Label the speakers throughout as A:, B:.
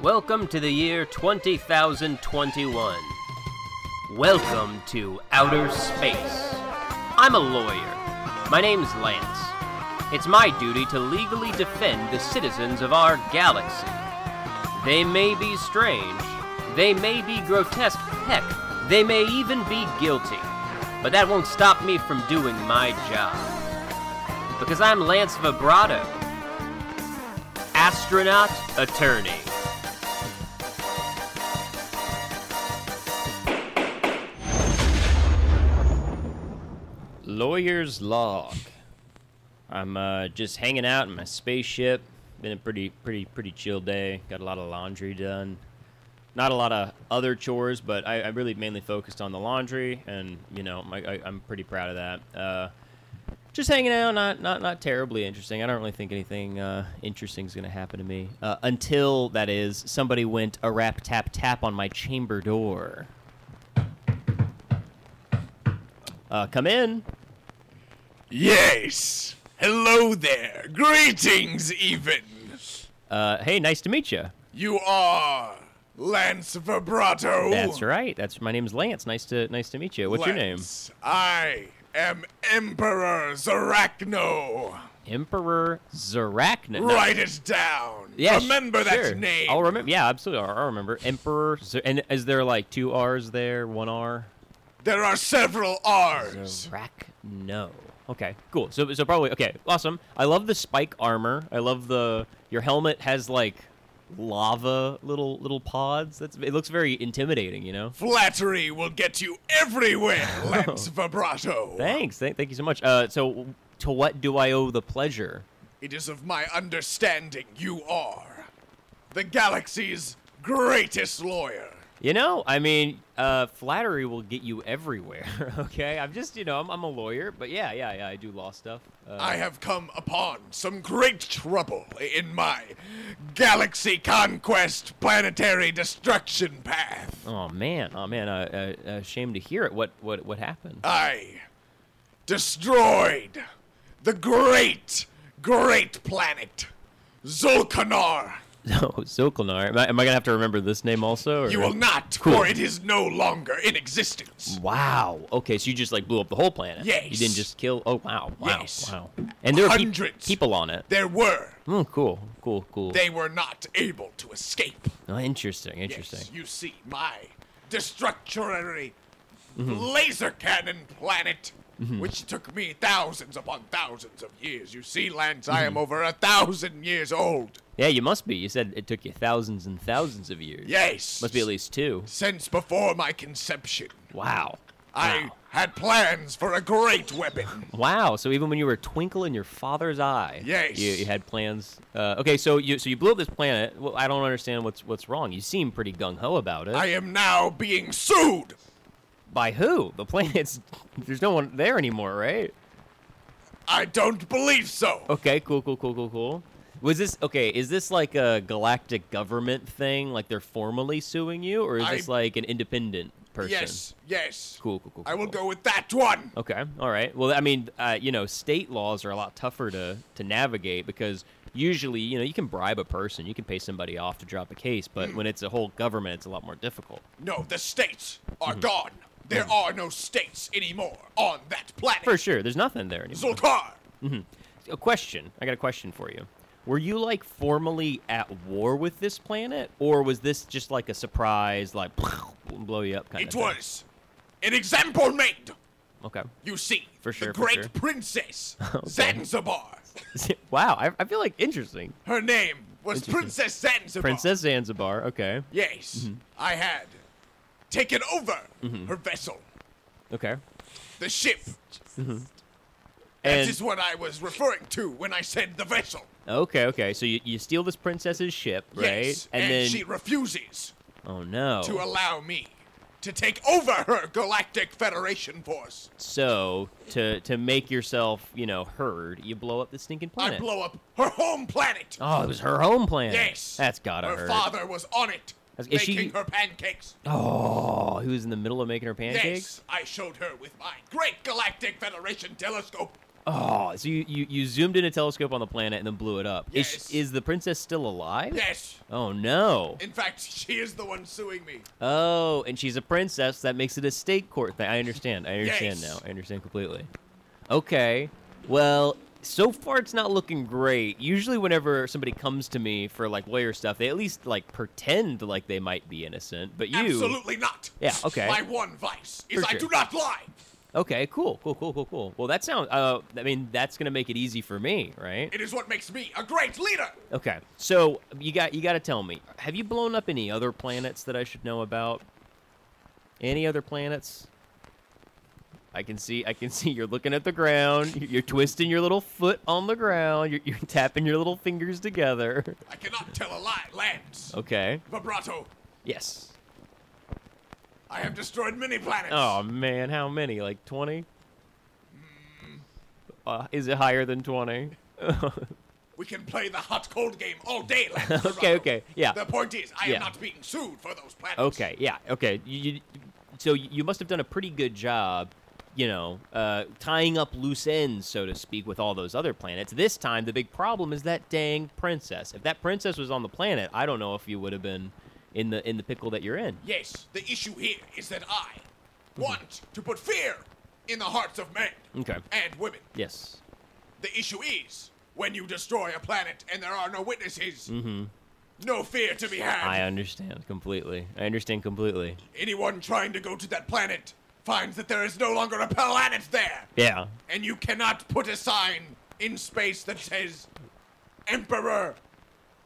A: Welcome to the year 20,021. Welcome to outer space. I'm a lawyer. My name's Lance. It's my duty to legally defend the citizens of our galaxy. They may be strange, they may be grotesque, heck, they may even be guilty, but that won't stop me from doing my job. Because I'm Lance Vibrato, astronaut attorney. Lawyer's log. I'm uh, just hanging out in my spaceship. Been a pretty, pretty, pretty chill day. Got a lot of laundry done. Not a lot of other chores, but I, I really mainly focused on the laundry, and you know, my, I, I'm pretty proud of that. Uh, just hanging out, not, not, not terribly interesting. I don't really think anything uh, interesting is going to happen to me uh, until that is somebody went a rap tap tap on my chamber door. Uh, come in.
B: Yes! Hello there! Greetings, even!
A: Uh, hey, nice to meet you.
B: You are Lance Vibrato!
A: That's right. That's my name's Lance. Nice to nice to meet you. What's your name?
B: Lance. I am Emperor Zarachno!
A: Emperor Zarachna.
B: Write it down!
A: Yeah, sh-
B: remember that
A: sure.
B: name!
A: I'll remember. Yeah, absolutely. I'll, I'll remember. Emperor. Zer- and is there like two R's there? One R.
B: There are several R's!
A: Zarachno. Okay, cool. So, so probably okay. Awesome. I love the spike armor. I love the your helmet has like lava little little pods. That's it looks very intimidating. You know.
B: Flattery will get you everywhere, Lance Vibrato!
A: Thanks. Oh. Thank, thank you so much. Uh, so to what do I owe the pleasure?
B: It is of my understanding you are the galaxy's greatest lawyer.
A: You know, I mean, uh, flattery will get you everywhere. Okay, I'm just, you know, I'm, I'm a lawyer, but yeah, yeah, yeah, I do law stuff. Uh,
B: I have come upon some great trouble in my galaxy conquest planetary destruction path.
A: oh man, oh man, uh, uh, uh, shame to hear it. What, what, what happened?
B: I destroyed the great, great planet, Zulkanar.
A: No, Zulkanar. Am I, am I gonna have to remember this name also? Or?
B: You will not, for it is no longer in existence.
A: Wow. Okay, so you just like blew up the whole planet. You didn't
B: Yes.
A: just kill. Oh wow, wow,
B: Yes.
A: wow. And there are peop-
B: Hundreds.
A: people on it.
B: There were.
A: Oh, cool, cool, cool.
B: They were not able to escape.
A: oh, interesting,
B: Yes,
A: interesting.
B: you see, my destructory
A: Mm-hmm.
B: laser cannon planet, which took me thousands upon thousands of years. You see, Lance, I
A: Mm-hmm.
B: am over a thousand years old.
A: Yeah, you must be. You said it took you thousands and thousands of years.
B: Yes.
A: Must be at least two.
B: Since before my conception,
A: Wow.
B: I had plans for a great weapon.
A: Wow. So even when you were a twinkle in your father's eye,
B: Yes.
A: you, you had plans. Uh, okay, so you so you blew up this planet. Well, I don't understand what's what's wrong. You seem pretty gung ho about it.
B: I am now being sued.
A: By who? The planet's there's no one there anymore, right?
B: I don't believe so.
A: Okay, cool, cool, cool, cool, cool. Was this okay? Is this like a galactic government thing? Like they're formally suing you, or is
B: I-
A: this like an independent person?
B: Yes, yes.
A: Cool, cool, cool.
B: I
A: cool,
B: will
A: cool.
B: go with that one.
A: Okay, all right. Well, I mean, uh, you know, state laws are a lot tougher to to navigate because usually, you know, you can bribe a person, you can pay somebody off to drop a case, but when it's a whole government, it's a lot more difficult.
B: No, the states are
A: Mm-hmm.
B: gone. There are no states anymore on that planet.
A: For sure, there's nothing there anymore.
B: Zulkar.
A: a question. I got a question for you. Were you like formally at war with this planet, or was this just like a surprise, like blow you up kind of
B: It
A: thing?
B: was an example made.
A: Okay.
B: You see,
A: For sure,
B: the
A: for
B: great
A: sure.
B: princess Zanzibar.
A: wow, I, I feel like interesting.
B: Her name was
A: Interesting.
B: Princess Zanzibar.
A: Princess Mm-hmm. Zanzibar. Okay.
B: Yes, I had taken over
A: Mm-hmm.
B: her vessel,
A: Okay.
B: the ship.
A: And
B: that is what I was referring to when I said the vessel.
A: okay, okay. So you, you steal this princess's ship, right?
B: Yes,
A: and, then
B: she refuses
A: oh no.
B: to allow me to take over her Galactic Federation force.
A: so to to make yourself you know heard, you blow up the stinking planet.
B: I blow up her home planet.
A: oh, it was her home planet.
B: yes.
A: That's gotta
B: her
A: hurt.
B: father was on it,
A: That's- is she-
B: making her pancakes.
A: Oh, he was in the middle of making her pancakes.
B: Yes, I showed her with my Great Galactic Federation telescope
A: Oh, so you, you, you zoomed in a telescope on the planet and then blew it up. Is,
B: Yes.
A: is the princess still alive?
B: Yes.
A: Oh, no.
B: In fact, she is the one suing me.
A: Oh, and she's a princess. That makes it a state court thing. I understand. I understand
B: Yes.
A: now. I understand completely. Okay. Well, so far it's not looking great. Usually, whenever somebody comes to me for like lawyer stuff, they at least like pretend like they might be innocent. But you,
B: Absolutely not.
A: Yeah, okay.
B: My one vice is
A: For
B: I
A: sure.
B: do not lie.
A: okay, cool, cool, cool, cool, cool. Well, that sounds. Uh, I mean, that's gonna make it easy for me, right?
B: It is what makes me a great leader.
A: Okay. So you got you got to tell me. Have you blown up any other planets that I should know about? Any other planets? I can see I can see you're looking at the ground. you- You're twisting your little foot on the ground. You're, you're tapping your little fingers together.
B: I cannot tell a lie, Lance.
A: Okay.
B: Vibrato.
A: Yes.
B: I have destroyed many planets.
A: Oh man, how many? Like 20? Uh, is it higher than 20?
B: We can play the hot cold game all day, Lance. Vibrato.
A: Okay, okay. Yeah.
B: The point is, I
A: Yeah.
B: am not being sued for those planets.
A: Okay, yeah, okay. You, you, so y- you must have done a pretty good job, you know, uh, tying up loose ends, so to speak, with all those other planets. This time, the big problem is that dang princess. If that princess was on the planet, I don't know if you would have been in the in the pickle that you're in.
B: Yes, the issue here is that I want to put fear in the hearts of men
A: Okay.
B: and women.
A: Yes.
B: The issue is when you destroy a planet and there are no witnesses, no fear to be had.
A: I uh, understand completely. I understand completely.
B: Anyone trying to go to that planet finds that there is no longer a planet there,
A: Yeah.
B: and you cannot put a sign in space that says Emperor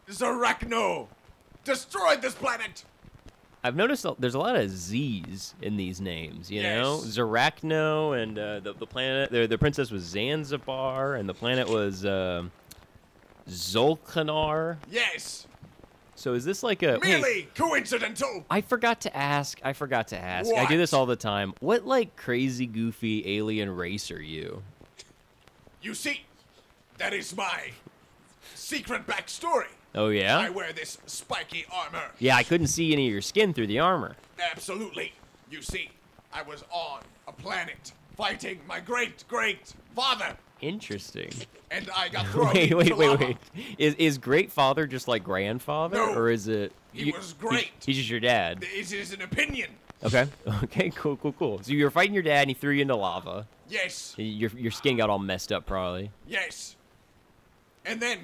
B: Zarachno destroyed this planet.
A: I've noticed a- there's a lot of Z's in these names, you know?
B: Yes.
A: Zarachno and uh, the, the planet, the, the princess was Zanzibar, and the planet was um Zolkanar.
B: Yes,
A: So is this like a. wait,
B: merely coincidental.
A: I forgot to ask. I forgot to ask. I do this
B: What?
A: all the time. What, like, crazy, goofy alien race are you?
B: You see, that is my secret backstory.
A: Oh,
B: I
A: yeah?
B: wear this spiky armor.
A: yeah, I couldn't see any of your skin through the armor.
B: Absolutely. You see, I was on a planet fighting my great great father,
A: Interesting.
B: and I got thrown.
A: Wait,
B: into
A: wait, wait,
B: lava.
A: wait. Is is great father just like grandfather,
B: No.
A: or is it?
B: He was great.
A: he's just your dad.
B: This is an opinion.
A: Okay. Okay. Cool. Cool. Cool. So you were fighting your dad, and he threw you into lava.
B: Yes,
A: Y- Your your skin got all messed up, probably.
B: yes. And then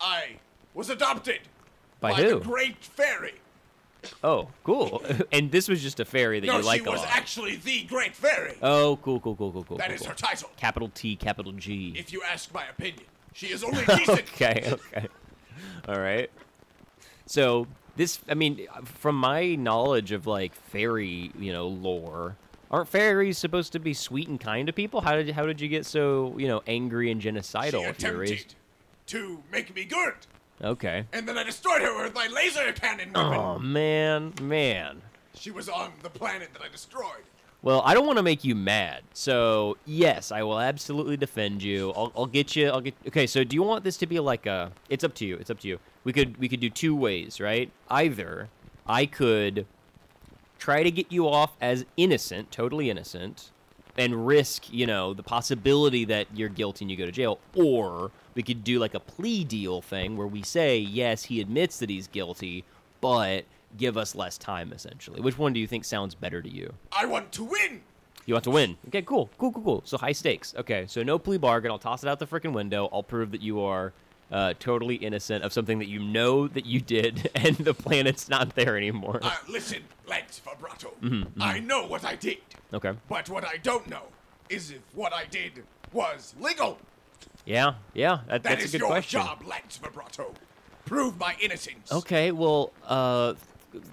B: I was adopted
A: By
B: the
A: who?
B: great fairy.
A: Oh, cool. and this was just a fairy that
B: no,
A: you like
B: she
A: a
B: was
A: lot.
B: actually the great fairy.
A: oh, cool. Cool. Cool. Cool. Cool.
B: that
A: cool,
B: is
A: cool.
B: her title.
A: Capital T, capital G.
B: If you ask my opinion, she is only decent.
A: okay. Okay. All right. So this, I mean, from my knowledge of like fairy, you know, lore. Aren't fairies supposed to be sweet and kind to people? How did how did you get so you know angry and genocidal?
B: She
A: if you were
B: attempted
A: raised?
B: to make me good,
A: Okay.
B: and then I destroyed her with my laser cannon weapon.
A: Oh man, man.
B: She was on the planet that I destroyed.
A: Well, I don't want to make you mad, so yes, I will absolutely defend you. I'll, I'll get you. I'll get. Okay, so do you want this to be like a? It's up to you. It's up to you. We could we could do two ways, right? Either I could try to get you off as innocent, totally innocent, and risk you know the possibility that you're guilty and you go to jail, or we could do like a plea deal thing where we say yes, he admits that he's guilty, but give us less time essentially. Which one do you think sounds better to you?
B: I want to win.
A: You want to win. Okay, cool, cool, cool, cool. So high stakes. Okay, so no plea bargain. I'll toss it out the freaking window. I'll prove that you are uh, totally innocent of something that you know that you did, and the planet's not there anymore.
B: Uh, listen, Lance Vibrato.
A: Mm-hmm,
B: I know what I did,
A: Okay.
B: but what I don't know is if what I did was legal.
A: Yeah, yeah. That,
B: That
A: that's
B: is
A: a good
B: your
A: question.
B: job, Lance Vibrato. Prove my innocence.
A: Okay, well, uh,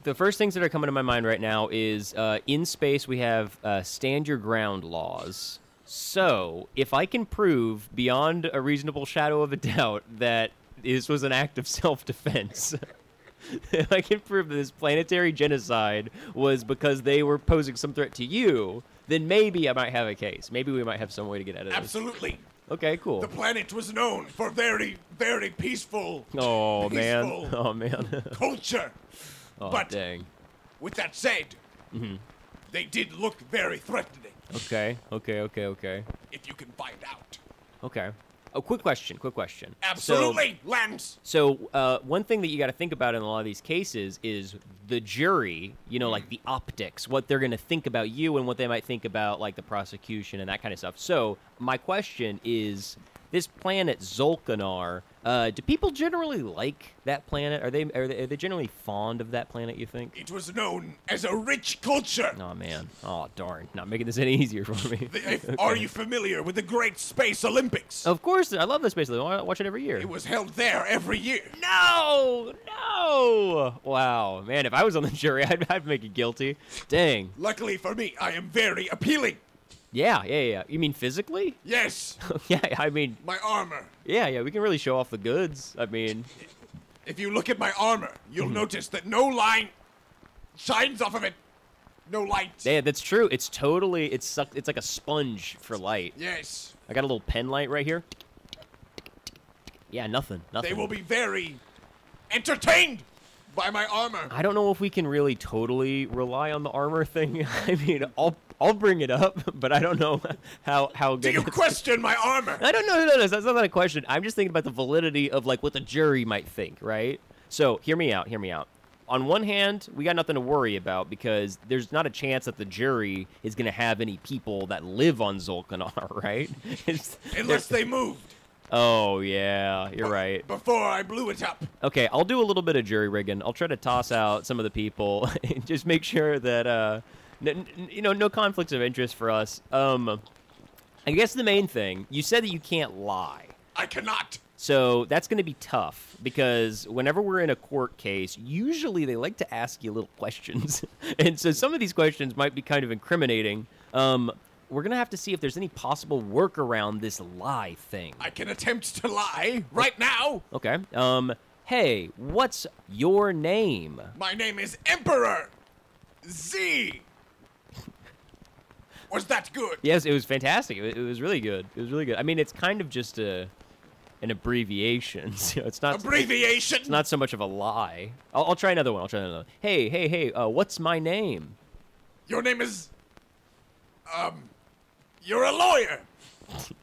A: the first things that are coming to my mind right now is uh, in space we have uh, stand your ground laws. So if I can prove beyond a reasonable shadow of a doubt that this was an act of self-defense. if I can prove that this planetary genocide was because they were posing some threat to you, then maybe I might have a case. Maybe we might have some way to get out of this.
B: Absolutely.
A: Okay, cool.
B: The planet was known for very, very peaceful.
A: oh man.
B: peaceful
A: Oh man.
B: Culture.
A: oh
B: but
A: dang. Mm-hmm.
B: with that said, They did look very threatening,
A: Okay. Okay. Okay. Okay.
B: if you can find out.
A: Okay. Oh, quick question. Quick question. So-
B: Absolutely, Lance!
A: So, uh, one thing that you got to think about in a lot of these cases is the jury, you know,
B: Mm.
A: like the optics, what they're going to think about you and what they might think about, like, the prosecution and that kind of stuff. So, my question is this planet Zulkanar, uh, do people generally like that planet? Are they, are they are they generally fond of that planet, you think?
B: It was known as a rich culture.
A: Oh, man. Oh, darn. Not making this any easier for me.
B: The- if- Are you familiar with the Great Space Olympics?
A: Of course, I love this space. Olympics. I watch it every year.
B: It was held there every year.
A: No, no. Wow, man, if I was on the jury, I'd, I'd make you guilty. Dang.
B: Luckily for me, I am very appealing.
A: Yeah, yeah, yeah. You mean physically?
B: Yes,
A: yeah, I mean,
B: my armor.
A: yeah, yeah. We can really show off the goods. I mean,
B: If you look at my armor,
A: Mm-hmm.
B: you'll notice that no line shines off of it. No light.
A: yeah, that's true. It's totally, it's sucked. It's like a sponge for light.
B: Yes,
A: I got a little pen light right here. Yeah, nothing, nothing.
B: they will be very entertained by my armor.
A: I don't know if we can really totally rely on the armor thing. I mean, I'll I'll bring it up, but I don't know how how
B: Do
A: good.
B: you
A: it's-
B: question my armor?
A: I don't know. No, no, that's not a question. I'm just thinking about the validity of like what the jury might think, right? So hear me out. Hear me out. On one hand, we got nothing to worry about because there's not a chance that the jury is going to have any people that live on Zulkanar, right? It's-
B: Unless they moved.
A: oh yeah, you're right.
B: Before I blew it up.
A: Okay, I'll do a little bit of jury rigging. I'll try to toss out some of the people and just make sure that uh, n- n- you know, no conflicts of interest for us. Um, I guess the main thing you said that you can't lie.
B: I cannot.
A: So that's going to be tough because whenever we're in a court case, usually they like to ask you little questions. and so some of these questions might be kind of incriminating. Um, we're going to have to see if there's any possible workaround this lie thing.
B: I can attempt to lie right now.
A: Okay. Um, hey, what's your name?
B: My name is Emperor Z. Was that good?
A: Yes, it was fantastic. It wa- it was, really good. It was really good. I mean, it's kind of just a an abbreviation. So it's not
B: Abbreviation.
A: it's not so much of a lie. I'll, I'll try another one. I'll try another. One. Hey, hey, hey. Uh, what's my name?
B: Your name is. Um. You're a lawyer.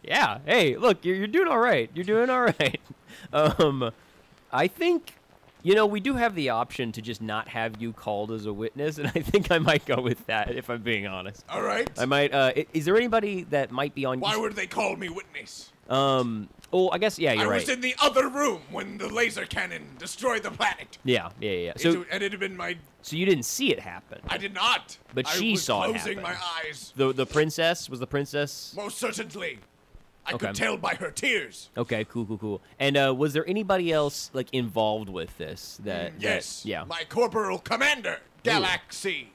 A: Yeah. Hey, look, you're, you're doing all right. You're doing all right. Um, I think, you know, we do have the option to just not have you called as a witness, and I think I might go with that if I'm being honest.
B: All right.
A: I might. Uh, i- is there anybody that might be on?
B: Why would they call me witness?
A: um. Oh, I guess. Yeah, you're
B: I
A: right.
B: was in the other room when the laser cannon destroyed the planet.
A: yeah, yeah, yeah. yeah.
B: It-
A: So,
B: and it had been my.
A: so you didn't see it happen.
B: I did not.
A: But
B: I
A: she
B: was
A: saw it
B: closing
A: happen.
B: my eyes.
A: The the princess was the princess.
B: Most certainly. I
A: Okay.
B: could tell by her tears.
A: Okay, cool, cool, cool. And uh, was there anybody else like involved with this? That that-
B: Yes.
A: yeah,
B: My corporal commander, Galaxy.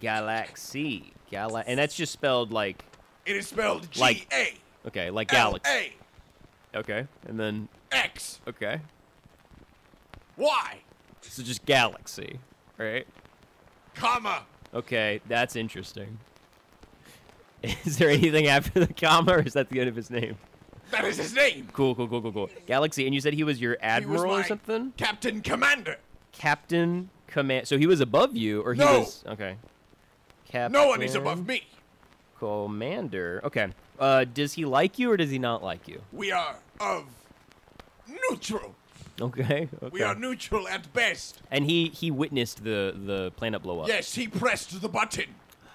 A: galaxy, gala, and that's just spelled like
B: It is spelled G
A: Like-
B: A
A: okay, like
B: L
A: galaxy.
B: A
A: Okay, and then
B: X
A: okay,
B: Y,
A: so just galaxy, right?
B: comma.
A: Okay, that's interesting. Is there anything after the comma, or is that the end of his name?
B: That is his name.
A: Cool, cool, cool, cool, cool. Galaxy, and you said he was your
B: He was
A: admiral or
B: my
A: something?
B: Captain Commander.
A: Captain Command. So he was above you, or he
B: No.
A: was okay. Captain.
B: No one is above me.
A: Commander. Okay. Uh, does he like you or does he not like you?
B: We are of neutral.
A: Okay. okay.
B: We are neutral at best.
A: and he he witnessed the the planet blow up.
B: Yes, he pressed the button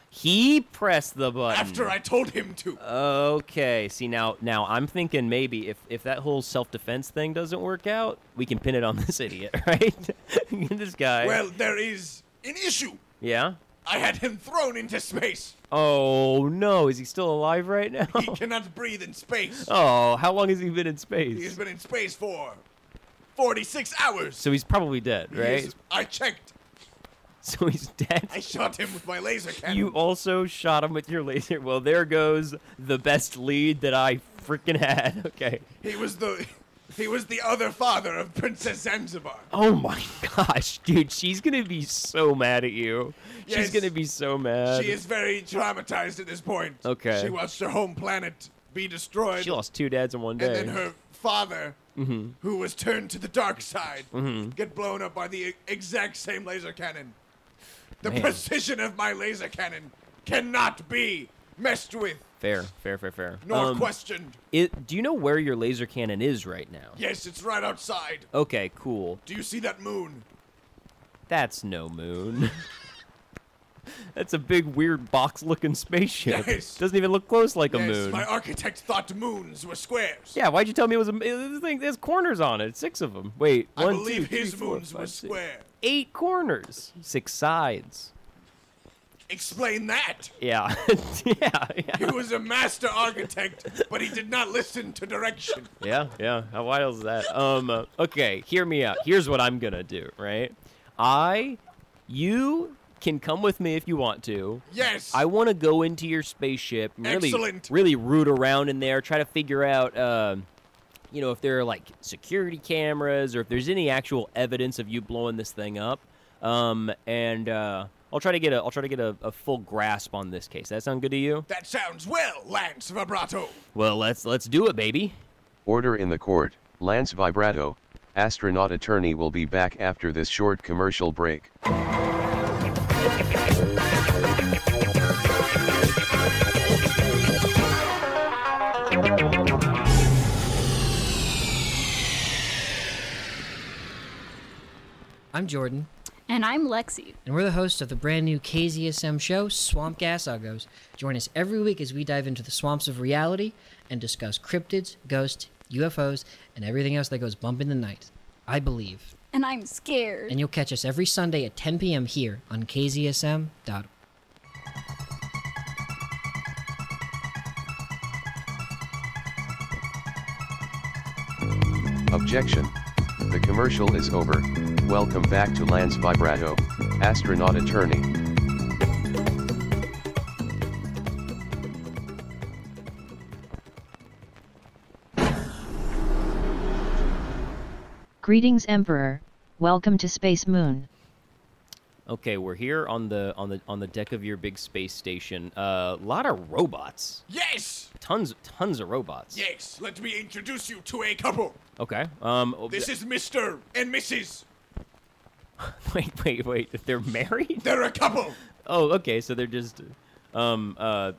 A: He pressed the button.
B: after I told him to.
A: Uh. Okay. See now now I'm thinking maybe if if that whole self defense thing doesn't work out, we can pin it on this idiot, right? this guy.
B: Well, there is an issue.
A: yeah.
B: I had him thrown into space.
A: Oh no, is he still alive right now?
B: He cannot breathe in space.
A: oh, how long has he been in
B: He has
A: space?
B: been in space for 46 hours.
A: So he's probably dead,
B: He
A: right?
B: is- I checked.
A: So he's dead.
B: I shot him with my laser cannon.
A: You also shot him with your laser. Well, there goes the best lead that I freaking had. Okay.
B: He was the he was the other father of Princess Zanzibar.
A: Oh my gosh, dude, she's gonna be so mad at you.
B: Yes.
A: She's gonna be so mad.
B: She is very traumatized at this point.
A: Uh, Okay.
B: She watched her home planet be destroyed,
A: She lost two dads in one
B: and
A: day.
B: then her father,
A: Mm-hmm.
B: who was e-, turned to the dark side, get blown up by the exact same laser cannon. The
A: Man.
B: precision of my laser cannon cannot be messed with
A: Fair, fair, fair, fair.
B: nor
A: Um,
B: questioned.
A: it, do you know where your laser cannon is right now?
B: Yes, it's right outside.
A: Okay, cool.
B: Do you see that moon?
A: That's no moon. That's a big, weird, box-looking spaceship.
B: Yes.
A: Doesn't even look close like a
B: yes,
A: moon.
B: my architect thought moons were squares.
A: Yeah, why'd you tell me it was a it- this thing? There's corners on it. Six of them. Wait,
B: I
A: one,
B: believe
A: two,
B: his
A: three, four,
B: moons were
A: five, six.
B: square.
A: Eight corners, six sides.
B: Explain that.
A: Yeah, yeah,
B: He
A: yeah,
B: was a master architect, but he did not listen to direction.
A: yeah, yeah. How wild is that? Um, uh, okay, hear me out. Here's what I'm gonna do. Right, I, you can come with me if you want to.
B: Yes.
A: I want to go into your spaceship, and really,
B: Excellent.
A: really root around in there, try to figure out, um, you know, if there are like security cameras or if there's any actual evidence of you blowing this thing up. Um, and uh, I'll try to get a, I'll try to get a, a full grasp on this case. That sound good to you?
B: that sounds well, Lance Vibrato.
A: Well, let's let's do it, baby.
C: Order in the court, Lance Vibrato, astronaut attorney will be back after this short commercial break.
D: I'm Jordan,
E: And I'm Lexi.
D: and we're the hosts of the brand new KZSM show, Swamp Gas Uggos. Join us every week as we dive into the swamps of reality and discuss cryptids, ghosts, UFOs, and everything else that goes bump in the night. I believe.
E: And I'm scared.
D: And you'll catch us every Sunday at 10 p.m. here on KZSM.org.
C: Objection. The commercial is over. Welcome back to Lance Vibrato, astronaut attorney.
F: Greetings, Emperor. Welcome to Space Moon.
A: Okay, we're here on the on the on the deck of your big space station. A lot of robots,
B: Yes.
A: tons tons of robots.
B: Yes. Let me introduce you to a couple.
A: Okay. Um.
B: This is Mr. and Mrs.
A: wait, wait, wait. They're married.
B: They're a couple.
A: Oh, okay. So they're just, um, uh,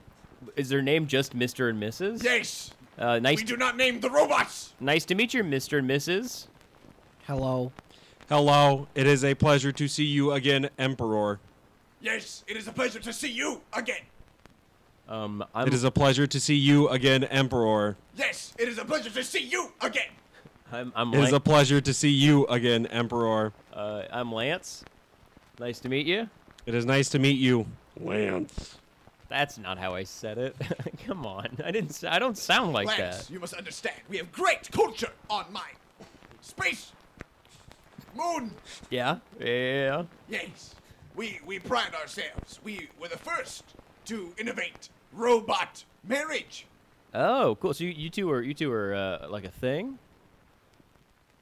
A: is their name just Mr. and Mrs.?
B: Yes.
A: Uh, nice,
B: We do not name the robots.
A: nice to meet you, Mr. and Mrs.
D: Hello.
G: Hello, it is a pleasure to see you again, Emperor.
B: Yes, it is a pleasure to see you again.
A: Um, I'm,
G: It is a pleasure to see you again, Emperor.
B: Yes, it is a pleasure to see you again.
A: I'm, I'm,
G: It is
A: Lan-
G: a pleasure to see you again, Emperor.
A: uh, I'm Lance. Nice to meet you.
G: It is nice to meet you.
A: That's not how I said it. Come on, I didn't. s- I don't sound like
B: Lance, you must understand. We have great culture on my space moon.
A: that. Yeah, yeah.
B: Yes, we we pride ourselves. We were the first to innovate robot marriage.
A: Oh, cool. So you, you two are you two are uh, like a thing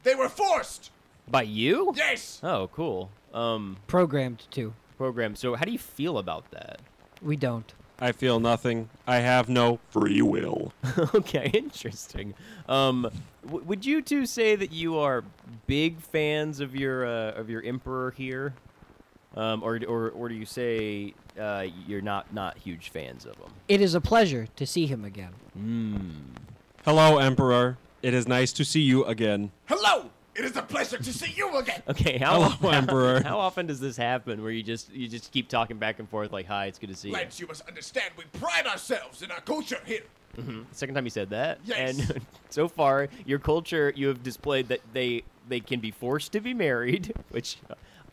B: They were forced.
A: by you?
B: Yes,
A: Oh, cool. Um,
D: Programmed to.
A: program. So how do you feel about that?
D: We don't.
G: I feel nothing. I have no free will.
A: Okay, interesting. Um, w- would you two say that you are big fans of your uh, of your emperor here, um, or, or or do you say uh, you're not not huge fans of him?
D: It is a pleasure to see him again.
G: Hello, Emperor. It is nice to see you again.
B: Hello! It is a pleasure to see you again.
A: Okay, how
G: Hello, Emperor.
A: how often does this happen where you just you just keep talking back and forth like, "Hi, it's good to see you."
B: Lance, you must understand. We pride ourselves in our culture here.
A: Second time you said that,
B: Yes.
A: and so far your culture you have displayed that they they can be forced to be married, which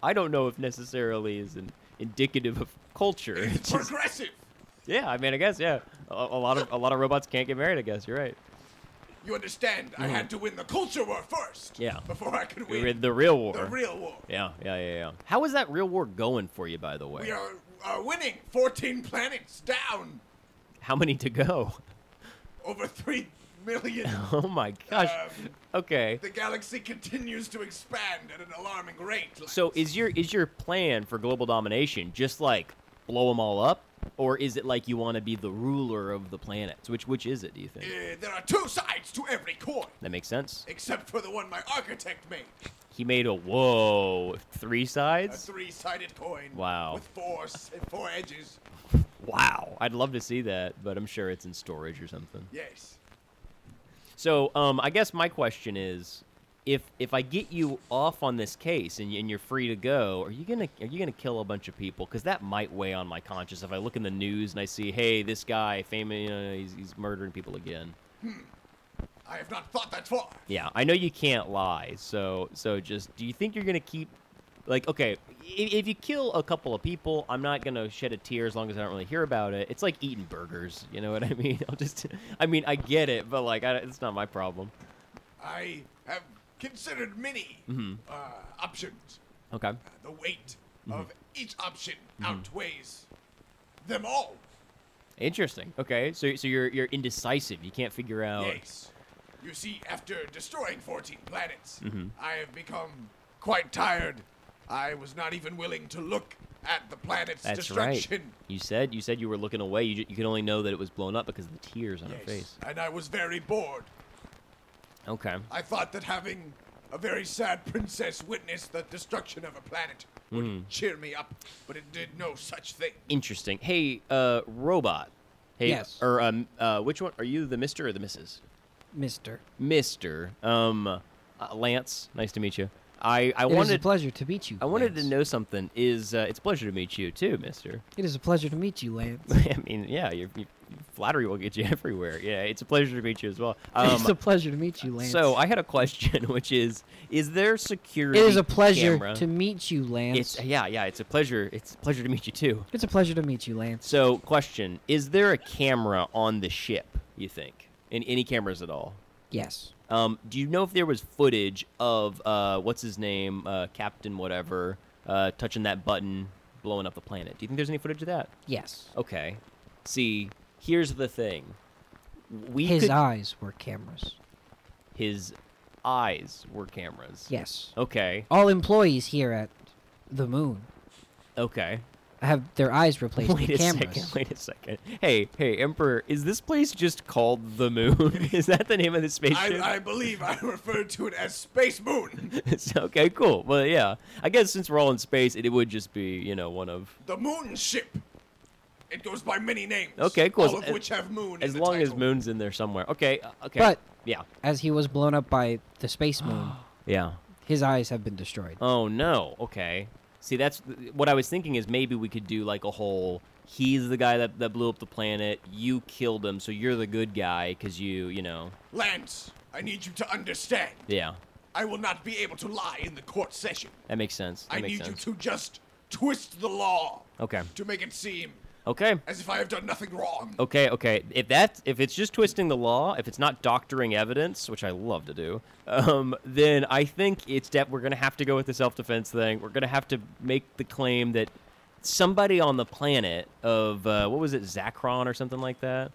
A: I don't know if necessarily is an indicative of culture.
B: It's
A: It's just-
B: progressive.
A: Yeah, I mean, I guess yeah. A, a lot of a lot of robots can't get married. I guess you're right.
B: You understand? I had to win the culture war first.
A: Mm. Yeah.
B: Before I could
A: We
B: win
A: are in the real war.
B: the real war.
A: yeah, yeah, yeah, yeah. How is that real war going for you, by the
B: We
A: way?
B: are, are winning 14 planets down
A: How many to go?
B: over 3 million.
A: Oh my gosh.
B: Um,
A: okay.
B: the galaxy continues to expand at an alarming rate. Lance.
A: So is your is your plan for global domination just like blow them all up, or is it like you want to be the ruler of the planets? Which which is it? Do you think
B: Uh, there are two sides to every coin,
A: that makes sense?
B: except for the one my architect made.
A: He made a whoa three
B: A
A: sides.
B: three-sided coin.
A: Wow.
B: With four s- four edges.
A: Wow, I'd love to see that, but I'm sure it's in storage or something.
B: Yes.
A: So, um, I guess my question is, if if I get you off on this case and, y- and you're free to go, are you gonna are you gonna kill a bunch of people? Because that might weigh on my conscience. If I look in the news and I see, hey, this guy, famous, you know, he's, he's murdering people again.
B: I have not thought that far.
A: Yeah, I know you can't lie. So so just do you think you're gonna keep like okay, if, if you kill a couple of people, I'm not gonna shed a tear as long as I don't really hear about it. It's like eating burgers, you know what I mean? I'll just I mean I get it, but like I, it's not my problem.
B: I have considered many
A: Mm-hmm.
B: uh, options.
A: Okay.
B: The weight
A: Mm-hmm.
B: of each option outweighs them all.
A: Interesting. Okay, so so you're you're indecisive. You can't figure out.
B: Yes. You see, after destroying 14 planets,
A: Mm-hmm.
B: I have become quite tired. I was not even willing to look at the planet's
A: That's right.
B: destruction.
A: You said you said you were looking away. You, ju- you could only know that it was blown up because of the tears on her
B: Yes.
A: face.
B: And I was very bored.
A: Okay.
B: I thought that having a very sad princess witness the destruction of a planet would
A: Mm.
B: cheer me up, but it did no such thing.
A: Interesting. Hey, uh, robot. Hey,
H: Yes.
A: Or um, uh, which one are you? The Mister or the Mrs.
H: Mister.
A: Mister. Um, uh, Lance. Nice to meet you. I I
H: It is a
A: wanted
H: pleasure to meet you.
A: I wanted to
H: Lance.
A: know something. Is uh, it's a pleasure to meet you too, Mister.
H: It is a pleasure to meet you, Lance.
A: I mean, yeah, your, your flattery will get you everywhere. Yeah, it's a pleasure to meet you as well. Um,
H: it's a pleasure to meet you, Lance.
A: So I had a question, which is: Is there security?
H: it is a pleasure
A: camera?
H: to meet you, Lance.
A: It's yeah, yeah. It's a pleasure. It's a pleasure to meet you too.
H: It's a pleasure to meet you, Lance.
A: So, question: Is there a camera on the ship? You think? In any cameras at all?
H: Yes.
A: Um, do you know if there was footage of uh, what's his name, uh, Captain whatever, uh, touching that button, blowing up the planet? Do you think there's any footage of that?
H: Yes.
A: Okay. See, here's the thing. We
H: His
A: could-
H: eyes were cameras.
A: his eyes were cameras.
H: Yes.
A: Okay.
H: All employees here at the moon
A: Okay.
H: have their eyes replaced
A: Wait a
H: with cameras.
A: second. Wait a second. Hey, hey, Emperor, is this place just called the Moon? is that the name of the spaceship?
B: I, I believe I referred to it as Space Moon.
A: It's- okay, cool. Well, yeah. I guess since we're all in space, it, it would just be, you know, one of.
B: The moon ship. It goes by many names.
A: Okay, cool.
B: All of
A: As-
B: which have moon. in
A: As
B: the
A: long as
B: title.
A: Moon's in there somewhere. Okay. uh, Okay.
H: But-
A: yeah.
H: As he was blown up by the space moon,
A: Yeah.
H: his eyes have been destroyed.
A: Oh no. Okay. See, that's what I was thinking is maybe we could do like a whole. He's the guy that, that blew up the planet. You killed him, so you're the good guy because you, you know,
B: Lance, I need you to understand.
A: yeah.
B: I will not be able to lie in the court session.
A: That makes sense. That
B: I
A: makes
B: need
A: sense.
B: you to just twist the law.
A: Okay.
B: To make it seem
A: Okay.
B: as if I have done nothing wrong.
A: Okay, okay. If that's if it's just twisting the law, if it's not doctoring evidence, which I love to do, um, then I think it's that we're gonna have to go with the self-defense thing. We're gonna have to make the claim that somebody on the planet of uh, what was it, Zacron or something like that,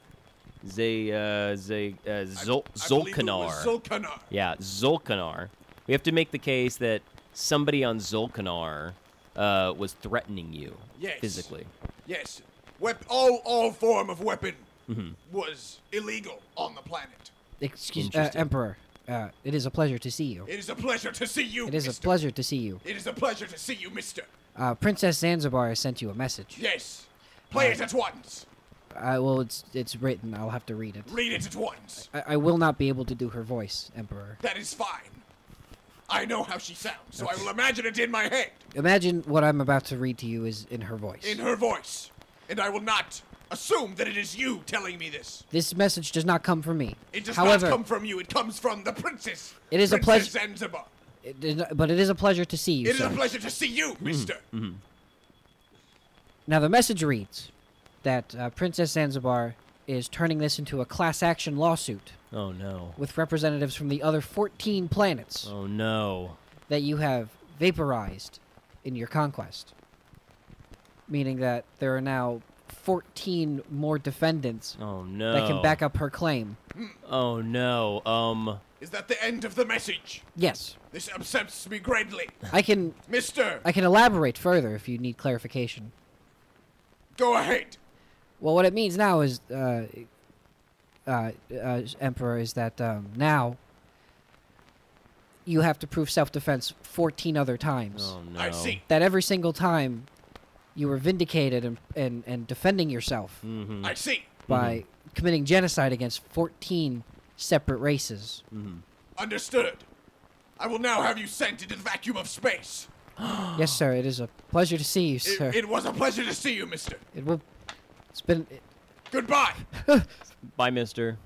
A: Zay uh, Zay uh, Zol-
B: I believe it
A: Zolkanar.
B: was Zulkanar.
A: Yeah, Zolkanar. We have to make the case that somebody on Zolkanar uh, was threatening you
B: Yes.
A: physically.
B: Yes. Wep- all all form of weapon
A: Mm-hmm.
B: was illegal on the planet.
H: Excuse uh,
A: Interesting.
H: Emperor. Uh, it is a pleasure to see you.
B: It is a pleasure to see you.
H: It is a
B: mister.
H: pleasure to see you.
B: It is a pleasure to see you, mister.
H: Uh, Princess Zanzibar has sent you a message.
B: Yes. Play it at once.
H: Uh, well, it's it's written. I'll have to read it.
B: Read it at once.
H: I, I will not be able to do her voice, Emperor.
B: That is fine. I know how she sounds, so I will imagine it in my head,
H: Imagine what I'm about to read to you is in her voice.
B: in her voice. And I will not assume that it is you telling me this.
H: This message does not come from me.
B: It does
H: However,
B: not come from you, it comes from the princess.
H: It is a
B: Princess
H: pleasure-
B: Zanzibar.
H: it is not- but it is a pleasure to see you. Mm-hmm,
B: It is
H: sir.
B: a pleasure to see you, mister.
H: Now, the message reads that uh, Princess Zanzibar is turning this into a class action lawsuit
A: Oh no.
H: with representatives from the other 14 planets
A: Oh no.
H: that you have vaporized in your conquest. Meaning that there are now 14 more defendants
A: Oh no.
H: that can back up her claim.
A: Oh no. Um.
B: Is that the end of the message?
H: Yes.
B: This upsets me greatly.
H: I can
B: Mister,
H: I can elaborate further if you need clarification.
B: go ahead.
H: Well, what it means now is, uh, uh, uh, Emperor, is that um, now
D: you have to prove self-defense 14 other times.
A: Oh no.
B: I see.
D: That every single time, you were vindicated and and, and defending yourself
B: I see.
D: by committing genocide against 14 separate races.
B: Understood. I will now have you sent into the vacuum of space.
D: yes, sir. It is a pleasure to see you,
B: It,
D: sir. It,
B: it was a pleasure to see you, mister.
D: will. It's been.
B: Goodbye.
A: Bye, Mister.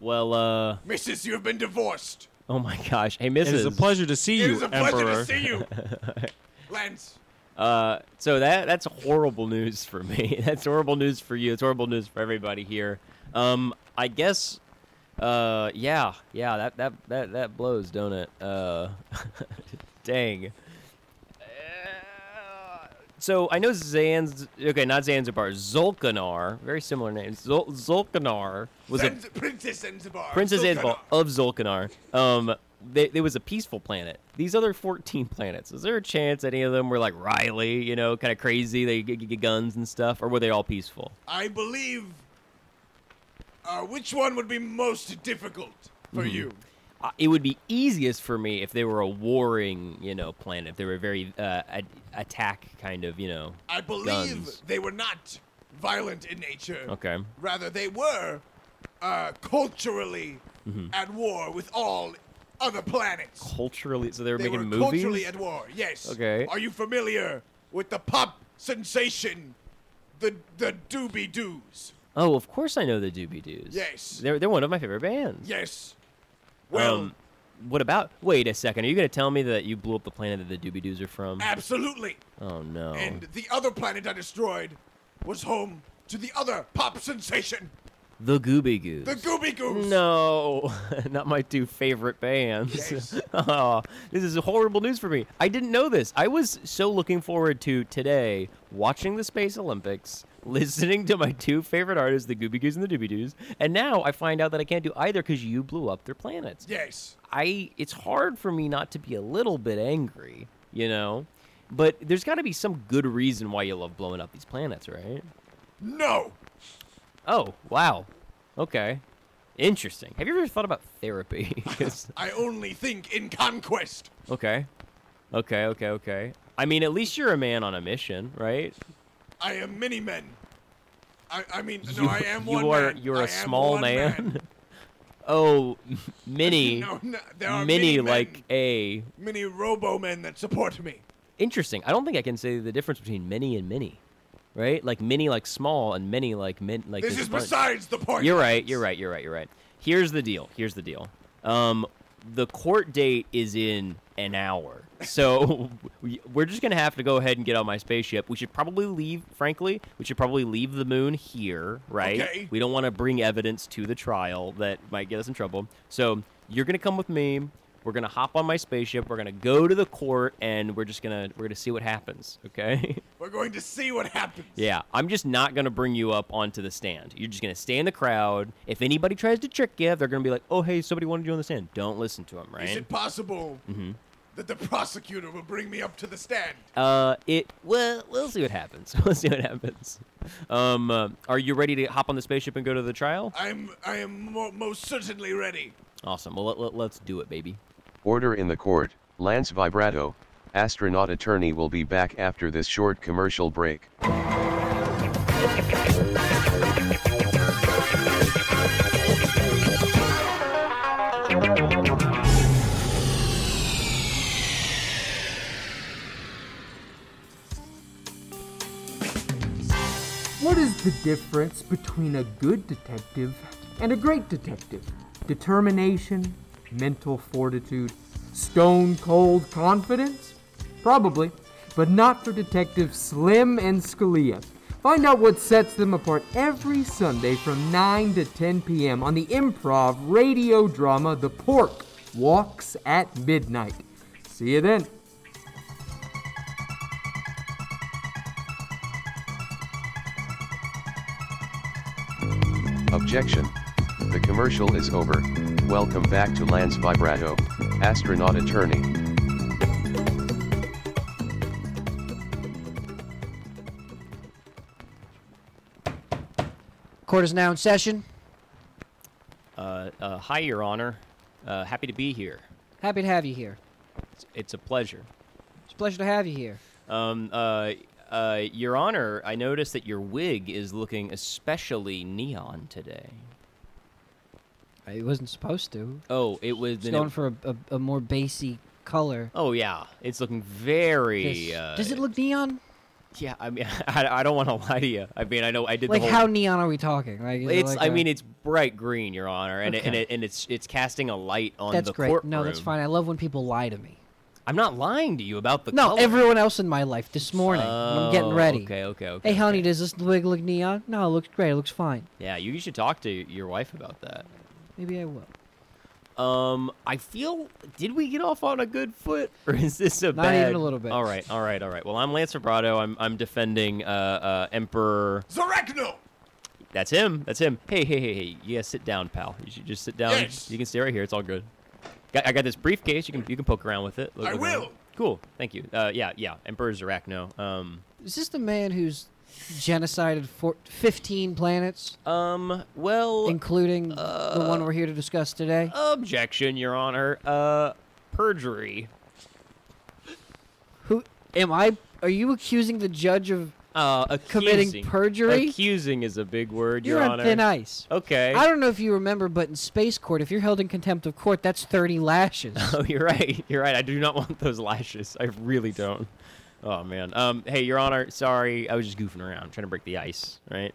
A: Well, uh,
B: Missus, you have been divorced.
A: oh my gosh. Hey,
G: It
A: Mrs.
G: is a pleasure to see
B: It
G: you,
B: is a pleasure to
G: Emperor.
B: see you. Lance,
A: Uh, so that that's horrible news for me. That's horrible news for you. It's horrible news for everybody here. Um, I guess. Uh, yeah, yeah. That that that that blows, don't it? Uh, dang. Uh, So I know Zanz. Okay, not Zanzibar. Zulkanar. Very similar names. Zul- Zulkanar was a
B: Zanz- Princess Zanzibar.
A: Princess
B: Sultana.
A: Zanzibar of Zulkanar. Um, they, they was a peaceful planet. These other 14 planets, is there a chance any of them were like Riley, you know, kind of crazy? They g- g- g- guns and stuff, or were they all peaceful?
B: I believe. Uh, which one would be most difficult for you?
A: Uh, it would be easiest for me if they were a warring, you know, planet. If they were very uh, a- attack kind of, you know.
B: I believe
A: Guns.
B: they were not violent in nature.
A: Okay.
B: Rather, they were uh, culturally
A: Mm-hmm.
B: at war with all other planets.
A: Culturally, so they were
B: They
A: making
B: were
A: movies.
B: culturally at war. Yes.
A: Okay.
B: Are you familiar with the pop sensation, the the Doobie Doos?
A: oh, of course I know the Doobie Doos.
B: Yes.
A: they're they're one of my favorite bands.
B: Yes. Well,
A: Um, what about? Wait a second. Are you gonna tell me that you blew up the planet that the Doobie Doos are from?
B: absolutely.
A: Oh no.
B: And the other planet I destroyed was home to the other pop sensation,
A: The Gooby Goos.
B: the Gooby Goos.
A: no, not my two favorite bands.
B: Yes.
A: oh, this is horrible news for me. I didn't know this. I was so looking forward to today watching the Space Olympics, listening to my two favorite artists, the Gooby Goos and the Doobie Doos, and now I find out that I can't do either because you blew up their planets.
B: Yes.
A: I it's hard for me not to be a little bit angry, you know. But there's got to be some good reason why you love blowing up these planets, right?
B: No.
A: Oh, wow. Okay. Interesting. Have you ever thought about therapy? 'Cause-
B: I only think in conquest.
A: okay. Okay, okay, okay. I mean, at least you're a man on a mission, right?
B: I am many men. I, I mean,
A: You-
B: no, I am
A: you
B: one
A: are-
B: man.
A: you're a
B: a
A: small man. Oh, many,
B: no, no, there are
A: many
B: many men.
A: like a.
B: many robo men that support me.
A: Interesting. I don't think I can say the difference between many and many, right? Like many like small and many like min like.
B: This
A: this
B: is
A: bunch.
B: besides the point.
A: You're right. You're right. You're right. You're right. Here's the deal. Here's the deal. Um, the court date is in an hour, so we- we're just gonna have to go ahead and get on my spaceship. We should probably leave. Frankly, we should probably leave the moon here, right?
B: Okay.
A: We don't want to bring evidence to the trial that might get us in trouble. So you're gonna come with me. We're gonna hop on my spaceship. We're gonna go to the court, and we're just gonna we're gonna see what happens. Okay.
B: We're going to see what happens.
A: Yeah, I'm just not gonna bring you up onto the stand. You're just gonna stay in the crowd. If anybody tries to trick you, they're gonna be like, "Oh, hey, somebody wanted you on the stand." Don't listen to them,
B: Is
A: right? Mm-hmm.
B: it possible that the prosecutor will bring me up to the stand?
A: Uh, it. Well, we'll see what happens. we'll see what happens. Um, uh, are you ready to hop on the spaceship and go to the trial?
B: I'm I am mo- most certainly ready.
A: Awesome. Well, let, let, let's do it, baby.
C: Order in the court, Lance Vibrato, astronaut attorney will be back after this short commercial break.
I: What is the difference between a good detective and a great detective? Determination, mental fortitude, stone cold confidence? Probably, but not for detectives Slim and Scalia. Find out what sets them apart every Sunday from 9 to 10 p.m. on the improv radio drama The Pork Walks at Midnight. See you then.
C: Objection. The commercial is over. Welcome back to Lance Vibrato, astronaut attorney.
D: Court is now in session.
A: Uh, uh, hi, Your Honor. Uh, happy to be here.
H: Happy to have you here.
A: It's, it's a pleasure.
H: It's a pleasure to have you here.
A: Um, uh, uh, Your Honor, I noticed that your wig is looking especially neon today.
H: I wasn't supposed to.
A: Oh, it was.
H: It's
A: then
H: going
A: it-
H: for a, a, a more bassy color.
A: oh yeah, it's looking very.
H: This-
A: uh,
H: Does it look neon?
A: Yeah, I mean, I, I don't want to lie to you. I mean, I know I did
H: Like
A: the whole.
H: how neon are we talking? Like is it
A: It's.
H: like
A: I
H: a-
A: mean, it's bright green, Your Honor, and it, and,
H: Okay.
A: it, and it's it's casting a light on
H: that's
A: the
H: great.
A: courtroom.
H: No, that's fine. I love when people lie to me.
A: I'm not lying to you about the.
H: no,
A: color.
H: everyone else in my life this morning. when I'm getting
A: Oh,
H: ready.
A: Okay, okay, okay.
H: Hey, honey,
A: okay.
H: does this wig look neon? No, it looks great. It looks fine.
A: Yeah, you, you should talk to your wife about that.
H: Maybe I will.
A: Um, I feel. Did we get off on a good foot, or is this a
H: Not even
A: bad?
H: a little bit.
A: All right, all right, all right. Well, I'm Lance Vibrato. I'm I'm defending uh, uh Emperor.
B: Zarekno!
A: That's him. That's him. Hey, hey, hey, hey. Yeah, sit down, pal. You should just sit down.
B: Yes.
A: You can stay right here. It's all good. Got, I got this briefcase. You can you can poke around with it. Look,
B: I
A: look around.
B: will.
A: Cool. Thank you. Uh, yeah, yeah. Emperor Arachno. Um,
H: Is this the man who's genocided four, 15 planets,
A: um. Well, uh,
H: including the one we're here to discuss today?
A: objection, Your Honor. Uh, perjury.
H: Who am I? Are you accusing the judge of?
A: Uh,
H: Committing
A: accusing-
H: perjury?
A: Accusing is a big word,
H: You're
A: Your
H: on
A: Honor.
H: thin ice.
A: Okay.
H: I don't know if you remember, but in space court, if you're held in contempt of court, that's 30 lashes.
A: Oh, you're right. You're right. I do not want those lashes. I really don't. Oh man. Um. Hey, Your Honor. Sorry, I was just goofing around, trying to break the ice. Right.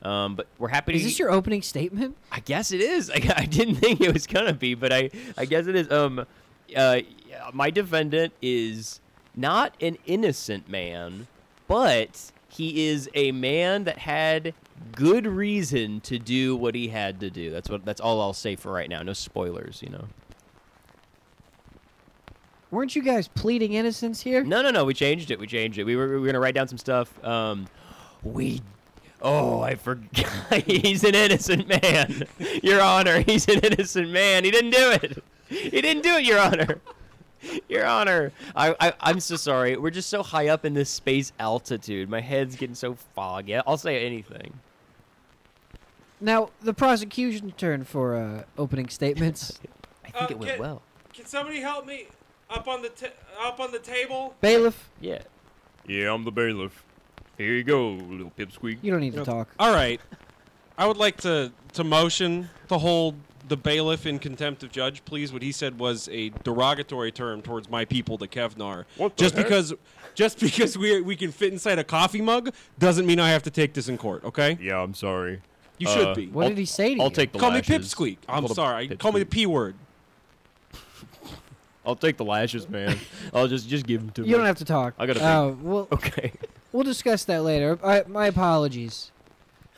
A: Um. But we're happy to.
H: Is this your opening statement?
A: I guess it is. I, I didn't think it was gonna be, but I. I guess it is. Um. Uh. yeah, My defendant is not an innocent man, but he is a man that had good reason to do what he had to do. That's what. That's all I'll say for right now. No spoilers. You know.
H: Weren't you guys pleading innocence here?
A: No, no, no. We changed it. We changed it. We were, we were gonna write down some stuff. Um, we. Oh, I forgot. he's an innocent man, Your Honor. He's an innocent man. He didn't do it. He didn't do it, Your Honor. Your Honor, I, I I'm so sorry. We're just so high up in this space altitude. My head's getting so foggy. I'll say anything.
H: Now, the prosecution turn for uh, opening statements.
A: I think
J: Uh,
A: it went
J: get-
A: well.
J: Can somebody help me up on the t- up on the table?
H: Bailiff,
A: Yeah.
J: Yeah, I'm the bailiff.
A: Here you go, little pipsqueak.
H: you don't need to talk.
G: All right. I would like to, to motion to hold the bailiff in contempt of judge, please. What he said was a derogatory term towards my people, the Kevnar.
B: What the
G: just
B: heck?
G: because just because we we can fit inside a coffee mug doesn't mean I have to take this in court. Okay?
J: Yeah, I'm sorry.
G: You
J: Uh,
G: should be.
H: What did he say to you?
J: the
G: Call me pipsqueak. I'm sorry. Call me the p word.
J: I'll take the lashes, man. I'll just just give them to
H: You don't have to talk.
J: I gotta
H: Uh, we'll
J: Okay.
H: we'll discuss that later. I, my apologies,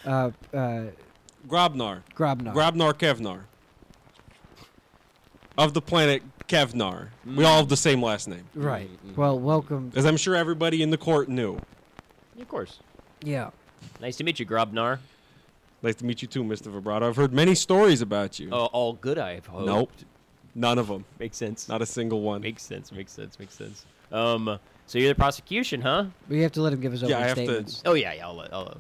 H: uh, uh,
G: Grobnar.
H: Grobnar.
G: Grobnar Kevnar. Of the planet Kevnar. We all have the same last name.
H: right. Well, welcome.
G: As I'm sure everybody in the court knew.
A: Of course.
H: Yeah.
A: Nice to meet you, Grobnar.
G: Nice to meet you too, Mr. Vibrato. I've heard many stories about you.
A: Oh, all good. I hope.
G: nope. None of them.
A: Makes sense.
G: Not a single one.
A: Makes sense. Makes sense. Makes sense. Um, so you're the prosecution, huh?
H: We have to let him give his opening
G: I have to-
H: statements.
A: Oh yeah, yeah. I'll let, I'll let.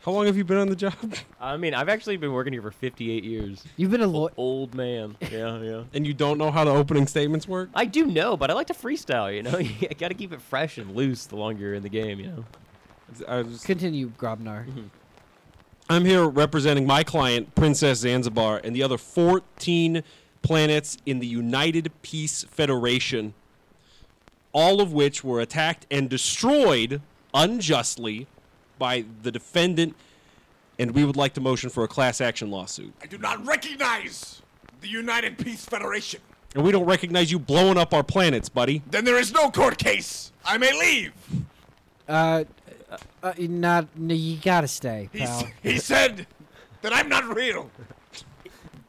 G: How long have you been on the job?
A: I mean, I've actually been working here for 58 years.
H: You've been a lawyer.
A: Old man. Yeah, yeah.
G: and you don't know how the opening statements work?
A: I do know, but I like to freestyle. You know, I got to keep it fresh and loose the longer you're in the game. You know.
G: I was-
H: Continue, Grobnar.
G: I'm here representing my client, Princess Zanzibar, and the other 14 planets in the United Peace Federation, all of which were attacked and destroyed unjustly by the defendant. And we would like to motion for a class action lawsuit.
B: I do not recognize the United Peace Federation.
G: And we don't recognize you blowing up our planets, buddy.
B: Then there is no court case. I may leave.
H: Uh, uh, not. No, you gotta stay,
B: He, s-
H: pal.
B: he said that I'm not real.